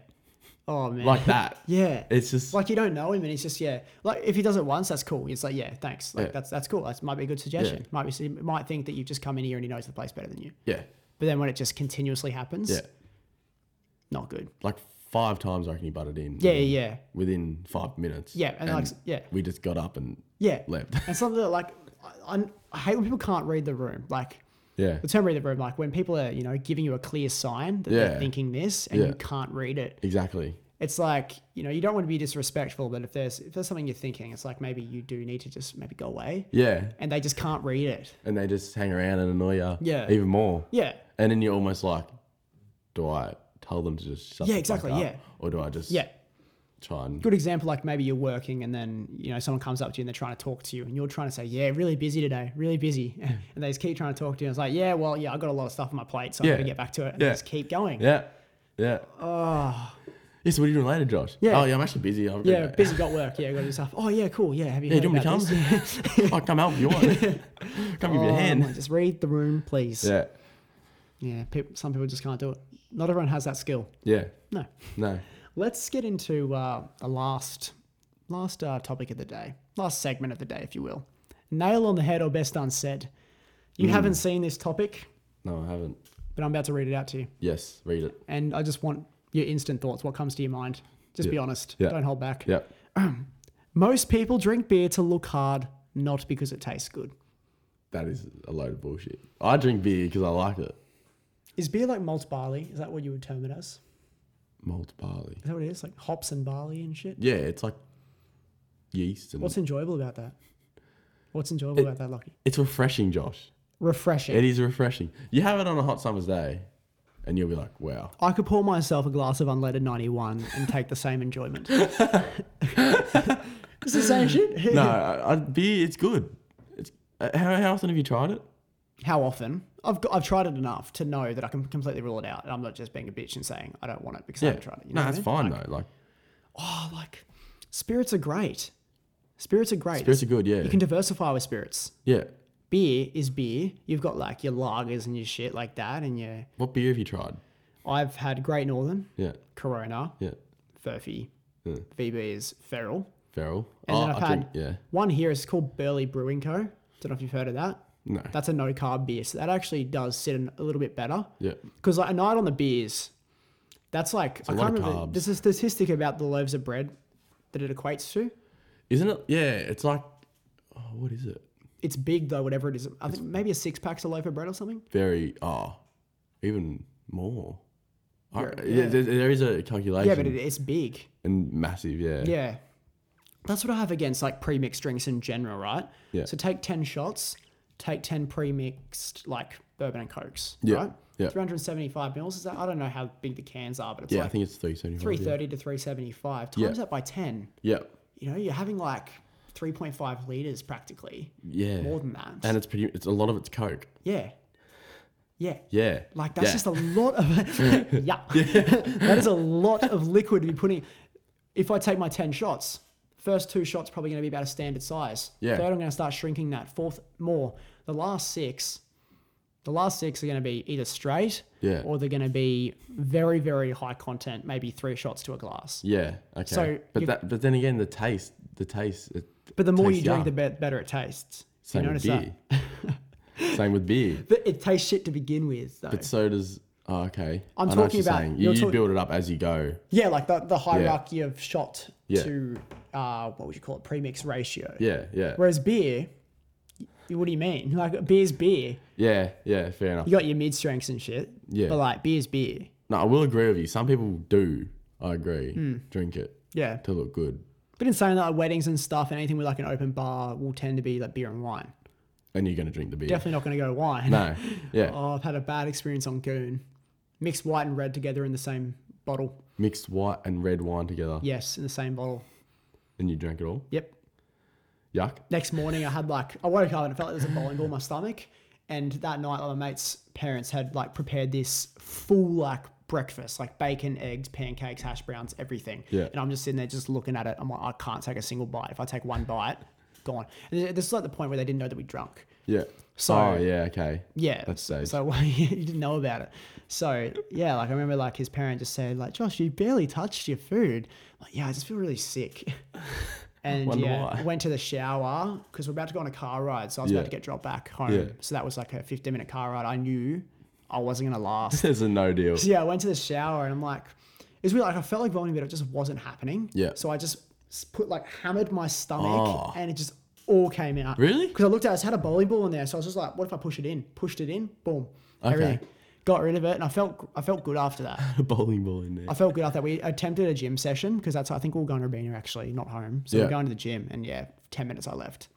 Oh man. like that. yeah. It's just like you don't know him, and it's just yeah. Like if he does it once, that's cool. It's like yeah, thanks. Like Yeah. that's that's cool. That might be a good suggestion. Might be might think that you've just come in here and he knows the place better than you. yeah, But then when it just continuously happens, yeah. not good. Like five times I reckon he butted in. Yeah, yeah, yeah, within five minutes. yeah. And, like yeah, we just got up and yeah. left. And something that like I, I- I hate when people can't read the room. Like yeah, the term read the room, like when people are you know giving you a clear sign that Yeah. they're thinking this and Yeah. you can't read it. exactly. it's like you know you don't want to be disrespectful but if there's if there's something you're thinking it's like maybe you do need to just maybe go away Yeah, and they just can't read it and they just hang around and annoy you. Yeah. even more. yeah And then you're almost like, do I tell them to just shut? Yeah, the exactly, Fuck up, yeah. Or do I just yeah try and good example like maybe you're working and then you know someone comes up to you and they're trying to talk to you and you're trying to say yeah really busy today really busy and they just keep trying to talk to you and it's like yeah well yeah i've got a lot of stuff on my plate so Yeah. i'm gonna get back to it and Yeah. they just keep going yeah, yeah. oh Yeah. So what are you doing later, Josh? Yeah. Oh yeah, I'm actually busy. I'm yeah busy got work yeah got to do stuff oh yeah cool yeah have you Hey, heard do you want me to about this? come? I'll come out if you want. come give me a Oh, hand. man, just read the room please yeah, Yeah, peop some people just can't do it not everyone has that skill yeah. no No. Let's get into uh, the last last uh, topic of the day, last segment of the day, if you will. Nail on the head or best unsaid. Hmm. You haven't seen this topic, No, I haven't. but I'm about to read it out to you, Yes, read it. and I just want your instant thoughts. What comes to your mind? Just be honest. Yeah. Don't hold back. Yep. Most people drink beer to look hard, not because it tastes good. That is a load of bullshit. I drink beer because I like it. Is beer like malt barley? Is that what you would term it as? Malt barley. Is that what it is? Like hops and barley and shit. Yeah, it's like yeast and What's enjoyable about that? What's enjoyable about that, Lucky? it's refreshing, Josh. Refreshing. It is refreshing. You have it on a hot summer's day, and you'll be like, "Wow, I could pour myself a glass of unleaded 91 and take the same enjoyment. it's the same shit. no, I, I, beer, it's good." It's uh, how, how often have you tried it? How often? I've, got, I've tried it enough to know that I can completely rule it out. And I'm not just being a bitch and saying, I don't want it because I haven't tried it. You know no, what I it's mean? fine though. Like Oh, like, spirits are great. Spirits are great. spirits are good, yeah, You can diversify with spirits. yeah. Beer is beer. You've got like your lagers and your shit like that. And your. What beer have you tried? I've had Great Northern, Yeah, Corona, yeah. Furphy. Yeah. VB is Feral. Feral. And then I've Oh, I had- yeah. One here is called Burley Brewing Co. Don't know if you've heard of that. No. That's a no carb beer, so that actually does sit in a little bit better. yeah. Because like a night on the beers, that's like I a can't lot of remember. carbs. There's a statistic about the loaves of bread that it equates to. Isn't it? Yeah, it's like, oh, what is it? It's big though, whatever it is. I think maybe a six pack's a loaf of bread or something. Very ah, even uh, more. I- Yeah, yeah, yeah. there- there is a calculation Yeah, but it, it's big. and massive. Yeah. Yeah. That's what I have against like pre-mixed drinks in general, right? Yeah. So take 10 shots, take 10 pre-mixed like bourbon and cokes, Yeah, right? yeah. 375 mils is that? I don't know how big the cans are, but it's Yeah, I like think it's three seventy. 330 to 375 times Yeah. that by 10. Yeah. You know, you're having like 3.5 liters practically. Yeah. More than that. And it's pretty. It's a lot of it's Coke. yeah. Yeah. Yeah. Like that's Yeah. just a lot of yeah. that is a lot of liquid to be putting. If I take my ten shots, first two shots probably going to be about a standard size. Yeah. Third, I'm going to start shrinking that. Fourth, more. The last six, the last six are going to be either straight. Yeah. Or they're going to be very very high content, maybe three shots to a glass. Yeah. Okay. So but you- that. But then again, the taste. The taste. It, But the more you Tastes drink, yum. the bet- better it tastes. same you with notice that? beer. same with beer. But it tastes shit to begin with, though. But so does. Oh, okay. I'm I know what talking you're about- saying. you're You, you talk- build it up as you go. Yeah, like the, the hierarchy of shot Yeah. to uh, what would you call it? Premix ratio. Yeah. Yeah. Whereas beer, y- what do you mean? Like beer's beer. Yeah. Yeah. Fair enough. You got your mid strengths and shit. Yeah. But like beer's beer. No, I will agree with you. Some people do. I agree. Hmm. Drink it Yeah. to look good, But in saying that, like weddings and stuff and anything with like an open bar will tend to be like beer and wine. and you're gonna drink the beer. Definitely not going to go wine. No. Yeah. Oh, I've had a bad experience on Goon. Mixed white and red together in the same bottle. Mixed white and red wine together, Yes, in the same bottle. and you drank it all. Yep. Yuck. next morning I had like I woke up and it felt like there was a bowling ball in my stomach. And that night like, my mate's parents had like prepared this full like breakfast, like bacon, eggs, pancakes, hash browns, everything. Yeah. And I'm just sitting there just looking at it. I'm like, I can't take a single bite. If I take one bite, gone. And th- this is like the point where they didn't know that we drunk. Yeah. So- oh yeah. Okay. Yeah. That's safe. So you didn't know about it. So yeah, like I remember like his parent just said, like, Josh, you barely touched your food. I'm like, yeah, I just feel really sick. And Wonder yeah, why. went to the shower because we're about to go on a car ride. So I was Yeah. about to get dropped back home. Yeah. So that was like a 15 minute car ride. I knew I wasn't gonna last. There's a no deal. So yeah, I went to the shower and I'm like, it's really like I felt like vomiting, but it just wasn't happening. Yeah. So I just s- put like hammered my stomach Oh. and it just all came out. Really? Because I looked at it, it had a bowling ball in there, so I was just like, what if I push it in? Pushed it in, boom, Okay. everything. Got rid of it, and I felt I felt good after that. A bowling ball in there. I felt good after that. We attempted a gym session because that's I think we were going to Urbana actually, not home. So Yeah. we're going to the gym, and yeah, ten minutes I left.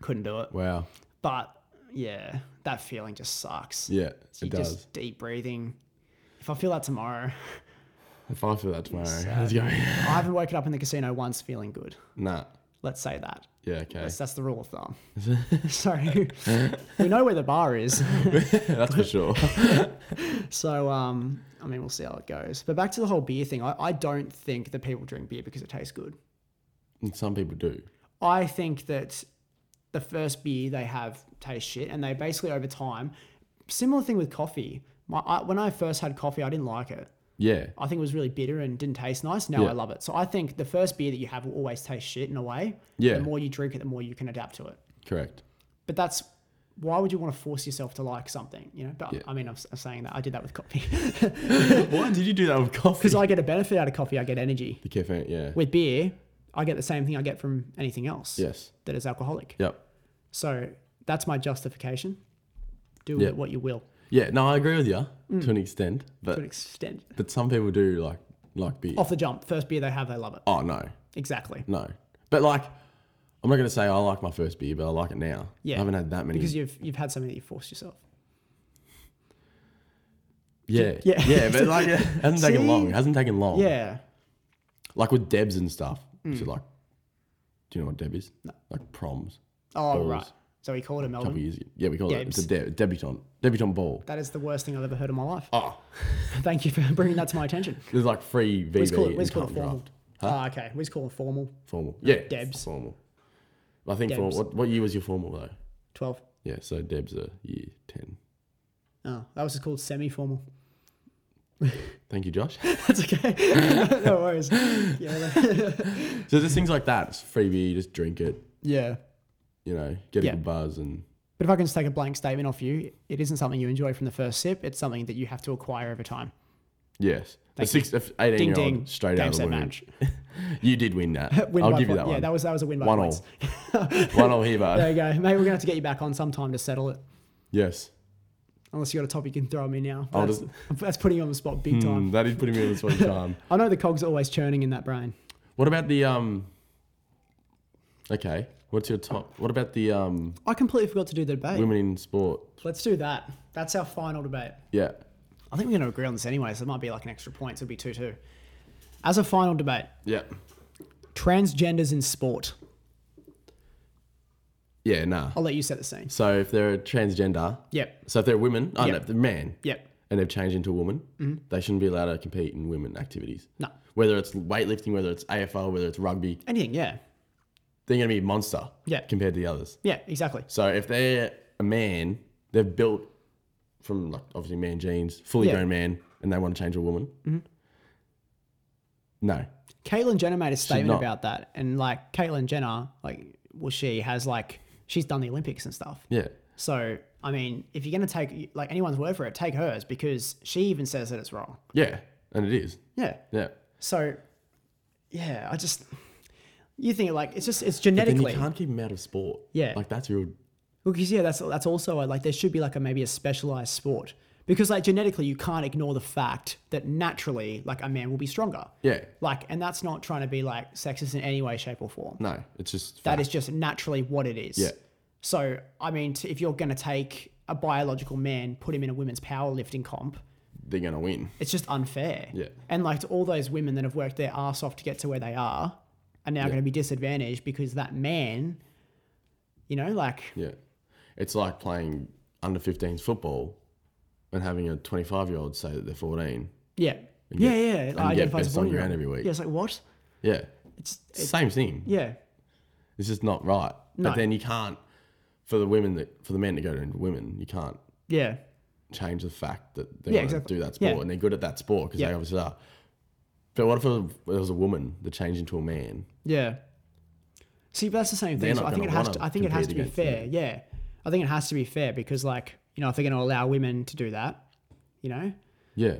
Couldn't do it, Wow. but yeah, that feeling just sucks. Yeah. You it does. just deep breathing. If I feel that tomorrow, If I feel that tomorrow, how's it going? I haven't woken up in the casino once feeling good. nah. Let's say that. Yeah. Okay. That's, that's the rule of thumb. so we know where the bar is. That's for sure. So um, I mean, we'll see how it goes. But back to the whole beer thing, I, I don't think that people drink beer because it tastes good. And Some people do. I think that the first beer they have tastes shit, and they basically over time. Similar thing with coffee. My, I, when I first had coffee, I didn't like it. Yeah. I think it was really bitter and didn't taste nice. Now Yeah. I love it. So I think the first beer that you have will always taste shit in a way. Yeah. The more you drink it, the more you can adapt to it. Correct. But that's why would you want to force yourself to like something? You know. But Yeah. I mean, I'm, s- I'm saying that I did that with coffee Why did you do that with coffee? because I get a benefit out of coffee. I get energy. the caffeine. Yeah. With beer, I get the same thing I get from anything else Yes. that is alcoholic. Yep. So that's my justification. Do Yeah. with it what you will Yeah. No, I agree with you to an extent, but Mm. to an Oh. extent. but some people do like like beer. Off the jump, first beer they have, they love it. Oh no, Exactly. no. But like, I'm not gonna say I like my first beer, but I like it now. Yeah. I haven't had that many. Because you've you've had something that you forced yourself. yeah, yeah. yeah. But like, it hasn't taken See? long. It hasn't taken long. Yeah. Mm. Like with Debs and stuff. So like, do you know what Deb is? No. Like proms. Oh Balls. right. So we call it a A couple Melbourne. years ago. Yeah, we call it. It's a Debs. deb debutant. Debutant ball. That is the worst thing I've ever heard in my life. Oh, Thank you for bringing that to my attention. there's like free VB We just call it, we and just call it cup formal. draft. Ah, okay. We just call it formal. Formal. Yeah. Debs. Formal. I think formal. Debs. What, what year was your formal though? Twelve. Yeah. So Debs are year ten. Oh, that was just called semi-formal. Thank you, Josh. That's okay. no worries. Yeah. so there's things like that. It's free beer. You just drink it. yeah. you know, get Yeah. a good buzz and But if I can just take a blank statement off you, it isn't something you enjoy from the first sip. It's something that you have to acquire over time. yes. The six, if 18 Ding year ding. old straight game out of the set womb. match. You did win that. Win I'll by give you point. that yeah, one. that was that was a win by One points. all. one all here, bud. There you go. Maybe we're gonna have to get you back on sometime to settle it. Yes. Unless you got a topic you can throw at me now. I'll That's, that's putting you on the spot big time. Mm, that is putting me on the spot time. I know the cogs are always churning in that brain. What about the um? Okay, what's your top? What about the um? I completely forgot to do the debate. Women in sport. Let's do that. That's our final debate. Yeah. I think we're going to agree on this anyway, so it might be like an extra point. So it'll be 2 2. As a final debate, Yeah. transgenders in sport. Yeah. Nah. I'll let you set the scene. So if they're a transgender, Yep. so if they're women, I don't Yep. know, if they're man, Yep. and they've changed into a woman, they shouldn't be allowed to compete in women activities. Mm-hmm. No. Whether it's weightlifting, whether it's AFL, whether it's rugby, Anything. Yeah. they're going to be a monster Yeah. compared to the others. Yeah. Exactly. So if they're a man, they're built from like obviously man genes, fully Yeah. Mm-hmm. grown man, and they want to change a woman. No. Caitlyn Jenner made a statement not. about that, and like Caitlyn Jenner, like, well, she has like she's done the Olympics and stuff. Yeah. So I mean, if you're gonna take like anyone's word for it, take hers because she even says that it's wrong. Yeah. And it is. Yeah. Yeah. So, yeah, I just you think like it's just it's Then you genetically can't keep them out of sport. Yeah. Like that's real. because yeah, that's that's also uh, like there should be like a maybe a specialized sport because like genetically you can't ignore the fact that naturally like a man will be stronger. Yeah. Like, and that's not trying to be like sexist in any way, shape, or form. No. It's just That is just naturally what it is. Yeah. So, I mean, t- if you're going to take a biological man, put him in a women's powerlifting comp, they're gonna win. it's just unfair. Yeah. And like to all those women that have worked their ass off to get to where they are are now going to be disadvantaged because that man, you know, like, Yeah. It's like playing under 15s football and having a 25 year old say that they're 14. yeah. Yeah, Ah, yeah. Like, get identifies best a on born ground girl. every week. Yeah, it's like, what? Yeah. It's, Same thing. yeah. It's just not right. No. But then you can't, for the women that, for the men to go to women, you can't Yeah. change the fact that they Yeah, want exactly. to do that sport Yeah. and they're good at that sport because Yeah. they obviously are. But what if it was a woman that changed into a man? Yeah. See, but that's the same thing. They're So not I think it gonna has wanna to. I think it has to compete be fair. Yeah, I think it has to be fair because, like, you know, if they're going to allow women to do that, you know, Yeah.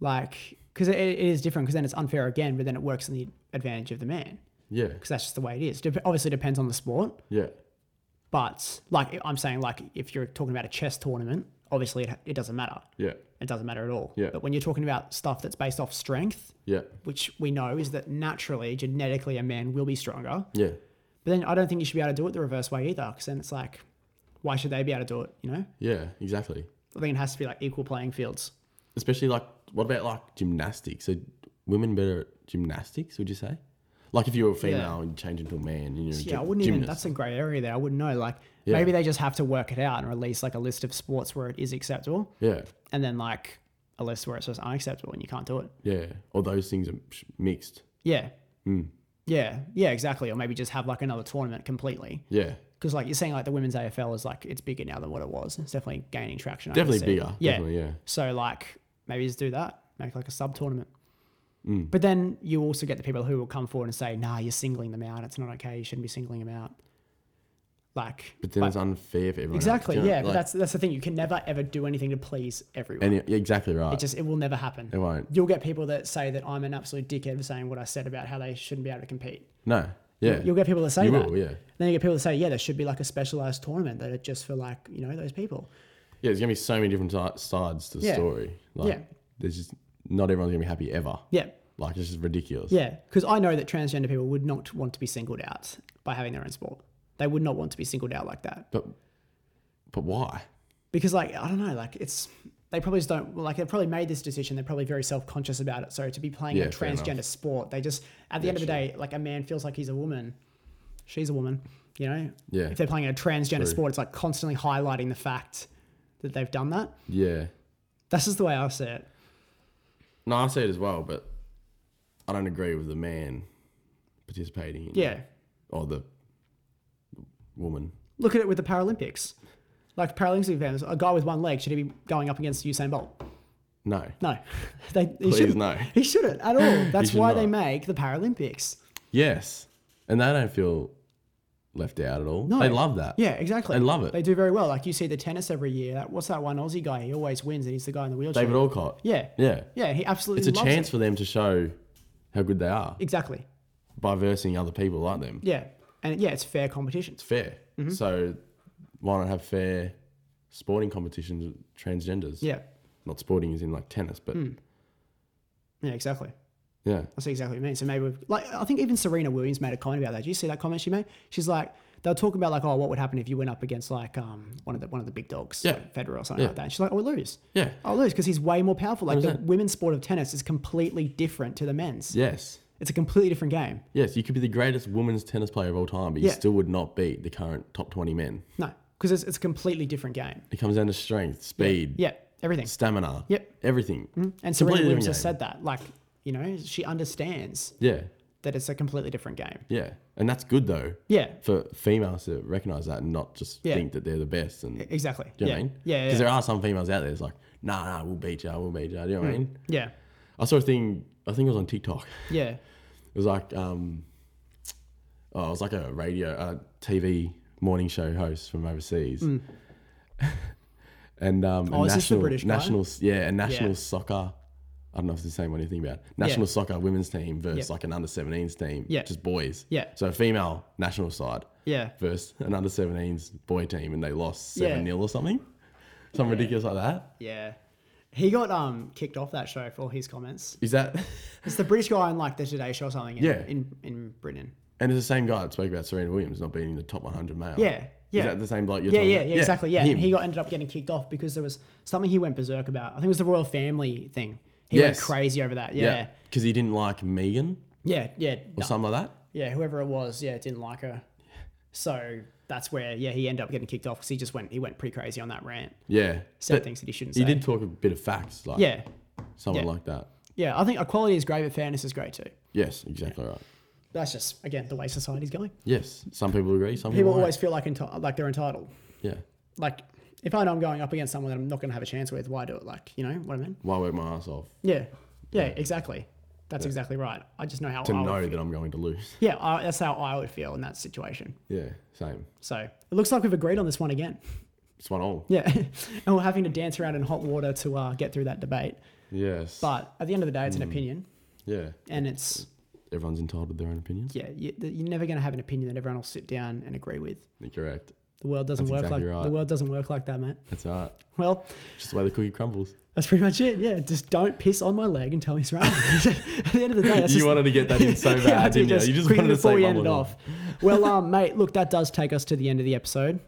like, because it, it is different. Because then it's unfair again, but then it works in the advantage of the man Yeah. because that's just the way it is. Dep- obviously, it depends on the sport, Yeah. but like I'm saying, like if you're talking about a chess tournament, obviously it, it doesn't matter. Yeah. It doesn't matter at all. Yeah. But when you're talking about stuff that's based off strength, Yeah. which we know is that naturally, genetically, a man will be stronger. Yeah. But then I don't think you should be able to do it the reverse way either, because then it's like, why should they be able to do it? You know, Yeah. Exactly. I think it has to be like equal playing fields. especially like what about like gymnastics? Are women better at gymnastics? Would you say? Like if you were a female Yeah. and you change into a man, and you're a Yeah, I gym- wouldn't even. gymnast. That's a grey area there. I wouldn't know. Like maybe they just have to work it out and release like a list of sports where it is acceptable, and then like a list where it's just unacceptable and you can't do it. yeah, yeah. Or those things are sh- mixed. Yeah. Hmm. Yeah. Yeah. Exactly. Or maybe just have like another tournament completely. Yeah, Because like you're saying, like the women's AFL is like it's bigger now than what it was. It's definitely gaining traction. I can definitely see. bigger. Yeah. Definitely, yeah. So like maybe just do that, make like a sub tournament. Mm. But then you also get the people who will come forward and say, "Nah, you're singling them out. It's not okay. You shouldn't be singling them out." Like But then it's unfair for everyone. else, exactly, do you know? yeah. but Like, that's that's the thing. You can never ever do anything to please everyone. any, yeah, exactly right. it just it will never happen. It won't. You'll get people that say that I'm an absolute dickhead for saying what I said about how they shouldn't be able to compete. no, yeah, You'll get people that say You that. will, yeah. Then you get people that say, yeah, there should be like a specialized tournament that are just for like you know those people. yeah. There's gonna be so many different si- sides to the Yeah. story. Like, Yeah. there's just not everyone's gonna be happy ever. Yeah, Like it's just ridiculous. Yeah, because I know that transgender people would not want to be singled out by having their own sport. They would not want to be singled out like that But but why? because, like, I don't know, like it's they probably just don't well, like they've probably made this decision. They're probably very self conscious about it. So to be playing a Yeah, fair enough. transgender sport, they just at the end of the day, like a man feels like he's a woman, she's a woman. You know, Yeah. If they're playing a transgender sport, it's like constantly highlighting the fact that they've done that. Yeah. That's just the way I see it. No, I see it as well, but I don't agree with the man participating. In Yeah. Or the woman. Look at it with the Paralympics. Like Paralympics events, a guy with one leg should he be going up against Usain Bolt? No. No, they, he Please shouldn't. no. He shouldn't at all. That's should why they not. make the Paralympics. Yes. And they don't feel left out at all. No. They love that. Yeah, exactly. They love it. They do very well. Like you see the tennis every year. That, what's that one Aussie guy? He always wins, and he's the guy in the wheelchair. David Alcott. yeah, Yeah. yeah. He absolutely. It's a loves chance It. for them to show how good they are Exactly. by versing other people like them. Mm-hmm. Yeah, and yeah, it's fair competition. It's fair. So why not have fair sporting competitions with transgenders. Yeah. Hmm. Not sporting is in like tennis, but Yeah, exactly. yeah. I see exactly what you mean. So maybe, we've, like, I think even Serena Williams made a comment about that. Did you see that comment she made? She's like, they were talking about like, oh, what would happen if you went up against like um one of the one of the big dogs, Yeah. like Federer or something Yeah. like that. And she's like, oh, we lose. Yeah. I'll lose because he's way more powerful. Like the 100%. women's sport of tennis is completely different to the men's. Yes. It's a completely different game. Yes, you could be the greatest women's tennis player of all time, but you Yeah. still would not beat the current top 20 men. No, because it's, it's a completely different game. It comes down to strength, speed, Yeah, everything. stamina. Yep. Mm-hmm. Everything. And Serena Completely Williams different has said that. Like, you know, she understands Yeah. that it's a completely different game. Yeah. And that's good though Yeah, for females to recognize that and not just Yeah. think that they're the best. And do e, exactly. you know yeah. what I mean? yeah, yeah, Because there are some females out there that's like, nah, nah, we'll beat you, we'll beat you. Do you know Hmm. what I mean? yeah, I saw a thing, I think it was on TikTok. yeah, It was like, um, oh, it was like a radio, uh, TV morning show host from overseas. and um, Hmm. Oh, a is this the national, British guy? national, yeah, a national Yeah. soccer. I don't know if it's the same one you're thinking about. National soccer women's team versus Yeah. like an under 17s team, Yeah. just boys. Yeah. So a female national side yeah. versus an under 17s boy team, and they lost 7 0 or something. Something ridiculous like that. Yeah. He got um kicked off that show for all his comments. Is that. It's the British guy on like the Today Show or something. In, Yeah. In in Britain. And it's the same guy that spoke about Serena Williams not being in the top 100 male. Yeah, yeah. Is that the same bloke you're Yeah, talking yeah, about? yeah, exactly. Yeah, him. and he got ended up getting kicked off because there was something he went berserk about. I think it was the royal family thing. He Yes. went crazy over that. yeah. Yeah, Because he didn't like Megan yeah, yeah, or no. something like that. yeah. Whoever it was, yeah, didn't like her. So that's where yeah he ended up getting kicked off because he just went he went pretty crazy on that rant, Yeah. said But things that he shouldn't he say. did talk a bit of facts, like Yeah, someone Yeah. like that. yeah. I think equality is great, but fairness is great too. Yes, exactly right. That's just again the way society's going. Yes, some people agree, some people, People always. always feel like enti- like they're entitled. Yeah. Like if I know I'm going up against someone that I'm not going to have a chance with, why do it? Like you know what I mean? Why work my ass off Yeah, yeah, exactly. That's exactly right. I just know how to I would know feel. that I'm going to lose? Yeah, I, that's how I would feel in that situation. Yeah, same. So it looks like we've agreed on this one again. It's one all. Yeah, and we're having to dance around in hot water to uh, get through that debate. Yes. But at the end of the day, it's Mm. an opinion, yeah, and it's everyone's entitled to their own opinions. yeah, you, you're never going to have an opinion that everyone will sit down and agree with. You're correct. The world doesn't That's work exactly like right. the world doesn't work like that, mate. That's all right. Well, Just the way the cookie crumbles. that's pretty much it. Yeah, just don't piss on my leg and tell me it's wrong. at the end of the day, that's you just wanted to get that in so bad, I did didn't you? You just quickly wanted to before say we one ended more off. Well, um, mate, look, that does take us to the end of the episode.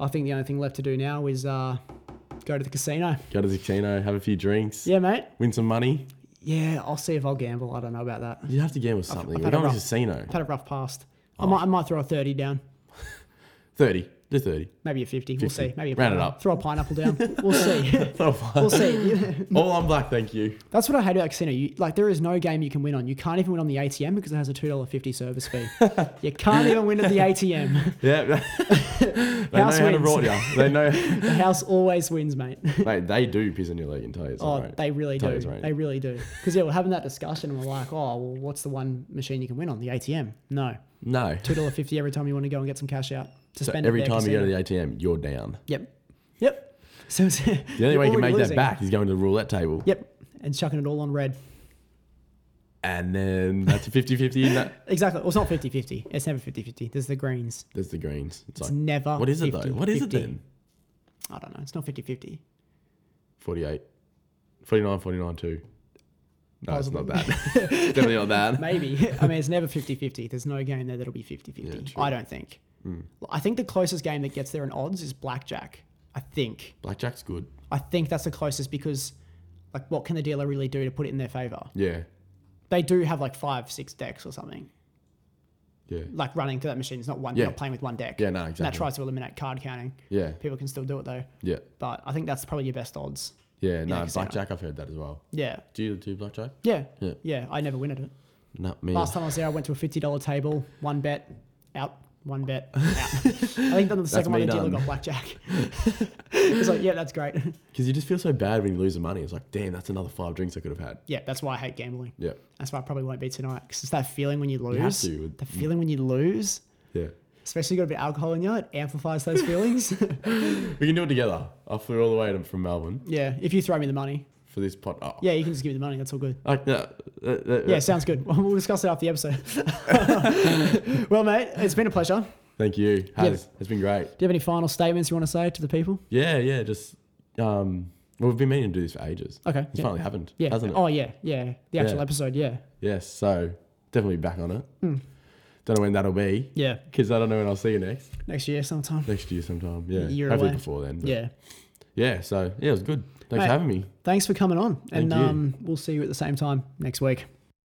I think the only thing left to do now is uh, go to the casino. Go to the casino, have a few drinks, Yeah, mate. win some money. Yeah, I'll see if I'll gamble. I don't know about that. You have to gamble something. I've We're had a going to rough- casino. I've had a rough past. Oh. I, might, I might throw a 30 down. 30. Do 30. Maybe a 50. We'll 50. see. Maybe a Round it pineapple. up. Throw a pineapple down. We'll see. we'll see. All on black, thank you. That's what I hate about casino. You, like, there is no game you can win on. You can't even win on the ATM because it has a $2.50 service fee. you can't even win at the ATM. Yeah. they know House how to wins. rot you. They know. The house always wins, mate. Mate, they do piss on your leg and tell you it's Oh, alright. they really do. Totally right. They really do. Because yeah, we're having that discussion, and we're like, oh, well, what's the one machine you can win on? The ATM. No, No. two dollar fifty every time you want to go and get some cash out to So spend. every time you go to the ATM, you're down. Yep. Yep. So it's, the The only way you can make that back is going to the roulette table. Yep. And chucking it all on red. And then that's a 50 50. That, Exactly. Well, it's not 50-50. It's never 50-50. There's the greens. there's the greens. It's It's like, never. what is it 50, though? What is it 50. then? I don't know. It's not 50-50. 48. 49, 49, 2. No, Possibly. it's not that. It's definitely not that. Maybe. I mean, it's never 50-50. There's no game there that'll be 50-50. Yeah, true. Hmm. I don't think. I think the closest game that gets there in odds is blackjack. I think. Blackjack's good. I think that's the closest because, like, what can the dealer really do to put it in their favor? Yeah. They do have like five, six decks or something, Yeah. like running through that machine. It's not one, Yeah. you're not playing with one deck. Yeah, no, And That exactly. tries to eliminate card counting. Yeah. People can still do it though, Yeah. but I think that's probably your best odds. Yeah. No, casino. blackjack, I've heard that as well. Yeah, Do you do blackjack? yeah, Yeah. I never win at it. Not me. Last time I was there, I went to a fifty dollar table, one bet, out. One bet. Out. I think then the second one me the dealer done. got blackjack. it's like, yeah, that's great. Because you just feel so bad when you lose the money. It's like, damn, that's another five drinks I could have had. Yeah, that's why I hate gambling. Yeah. That's why I probably won't be tonight because it's that feeling when you lose. have to. The feeling when you lose, Yeah. especially you got a bit of alcohol in you, it amplifies those feelings. We can do it together. I flew all the way to- from Melbourne yeah, if you throw me the money, for this pot. Oh. yeah, you can just give me the money. That's all good. Like, no, uh, uh, Yeah, sounds good. We'll we'll discuss it after the episode. well, mate, it's been a pleasure. Thank you. Yeah. Has. It's been great. Do you have any final statements you want to say to the people? Yeah, yeah. Just um, well, we've been meaning to do this for ages. Okay. It's yeah. finally happened, Yeah. hasn't it? Oh yeah, yeah. The actual Yeah. episode, yeah, Yes. So definitely back on it. Hmm. Don't know when that'll be yeah. because I don't know when I'll see you next Next year sometime. next year sometime. Yeah, Year hopefully away. before then. but- Yeah. Yeah. So yeah, it was good. Thanks Mate. for having me. Thanks for coming on, and Thank you. um, we'll see you at the same time next week.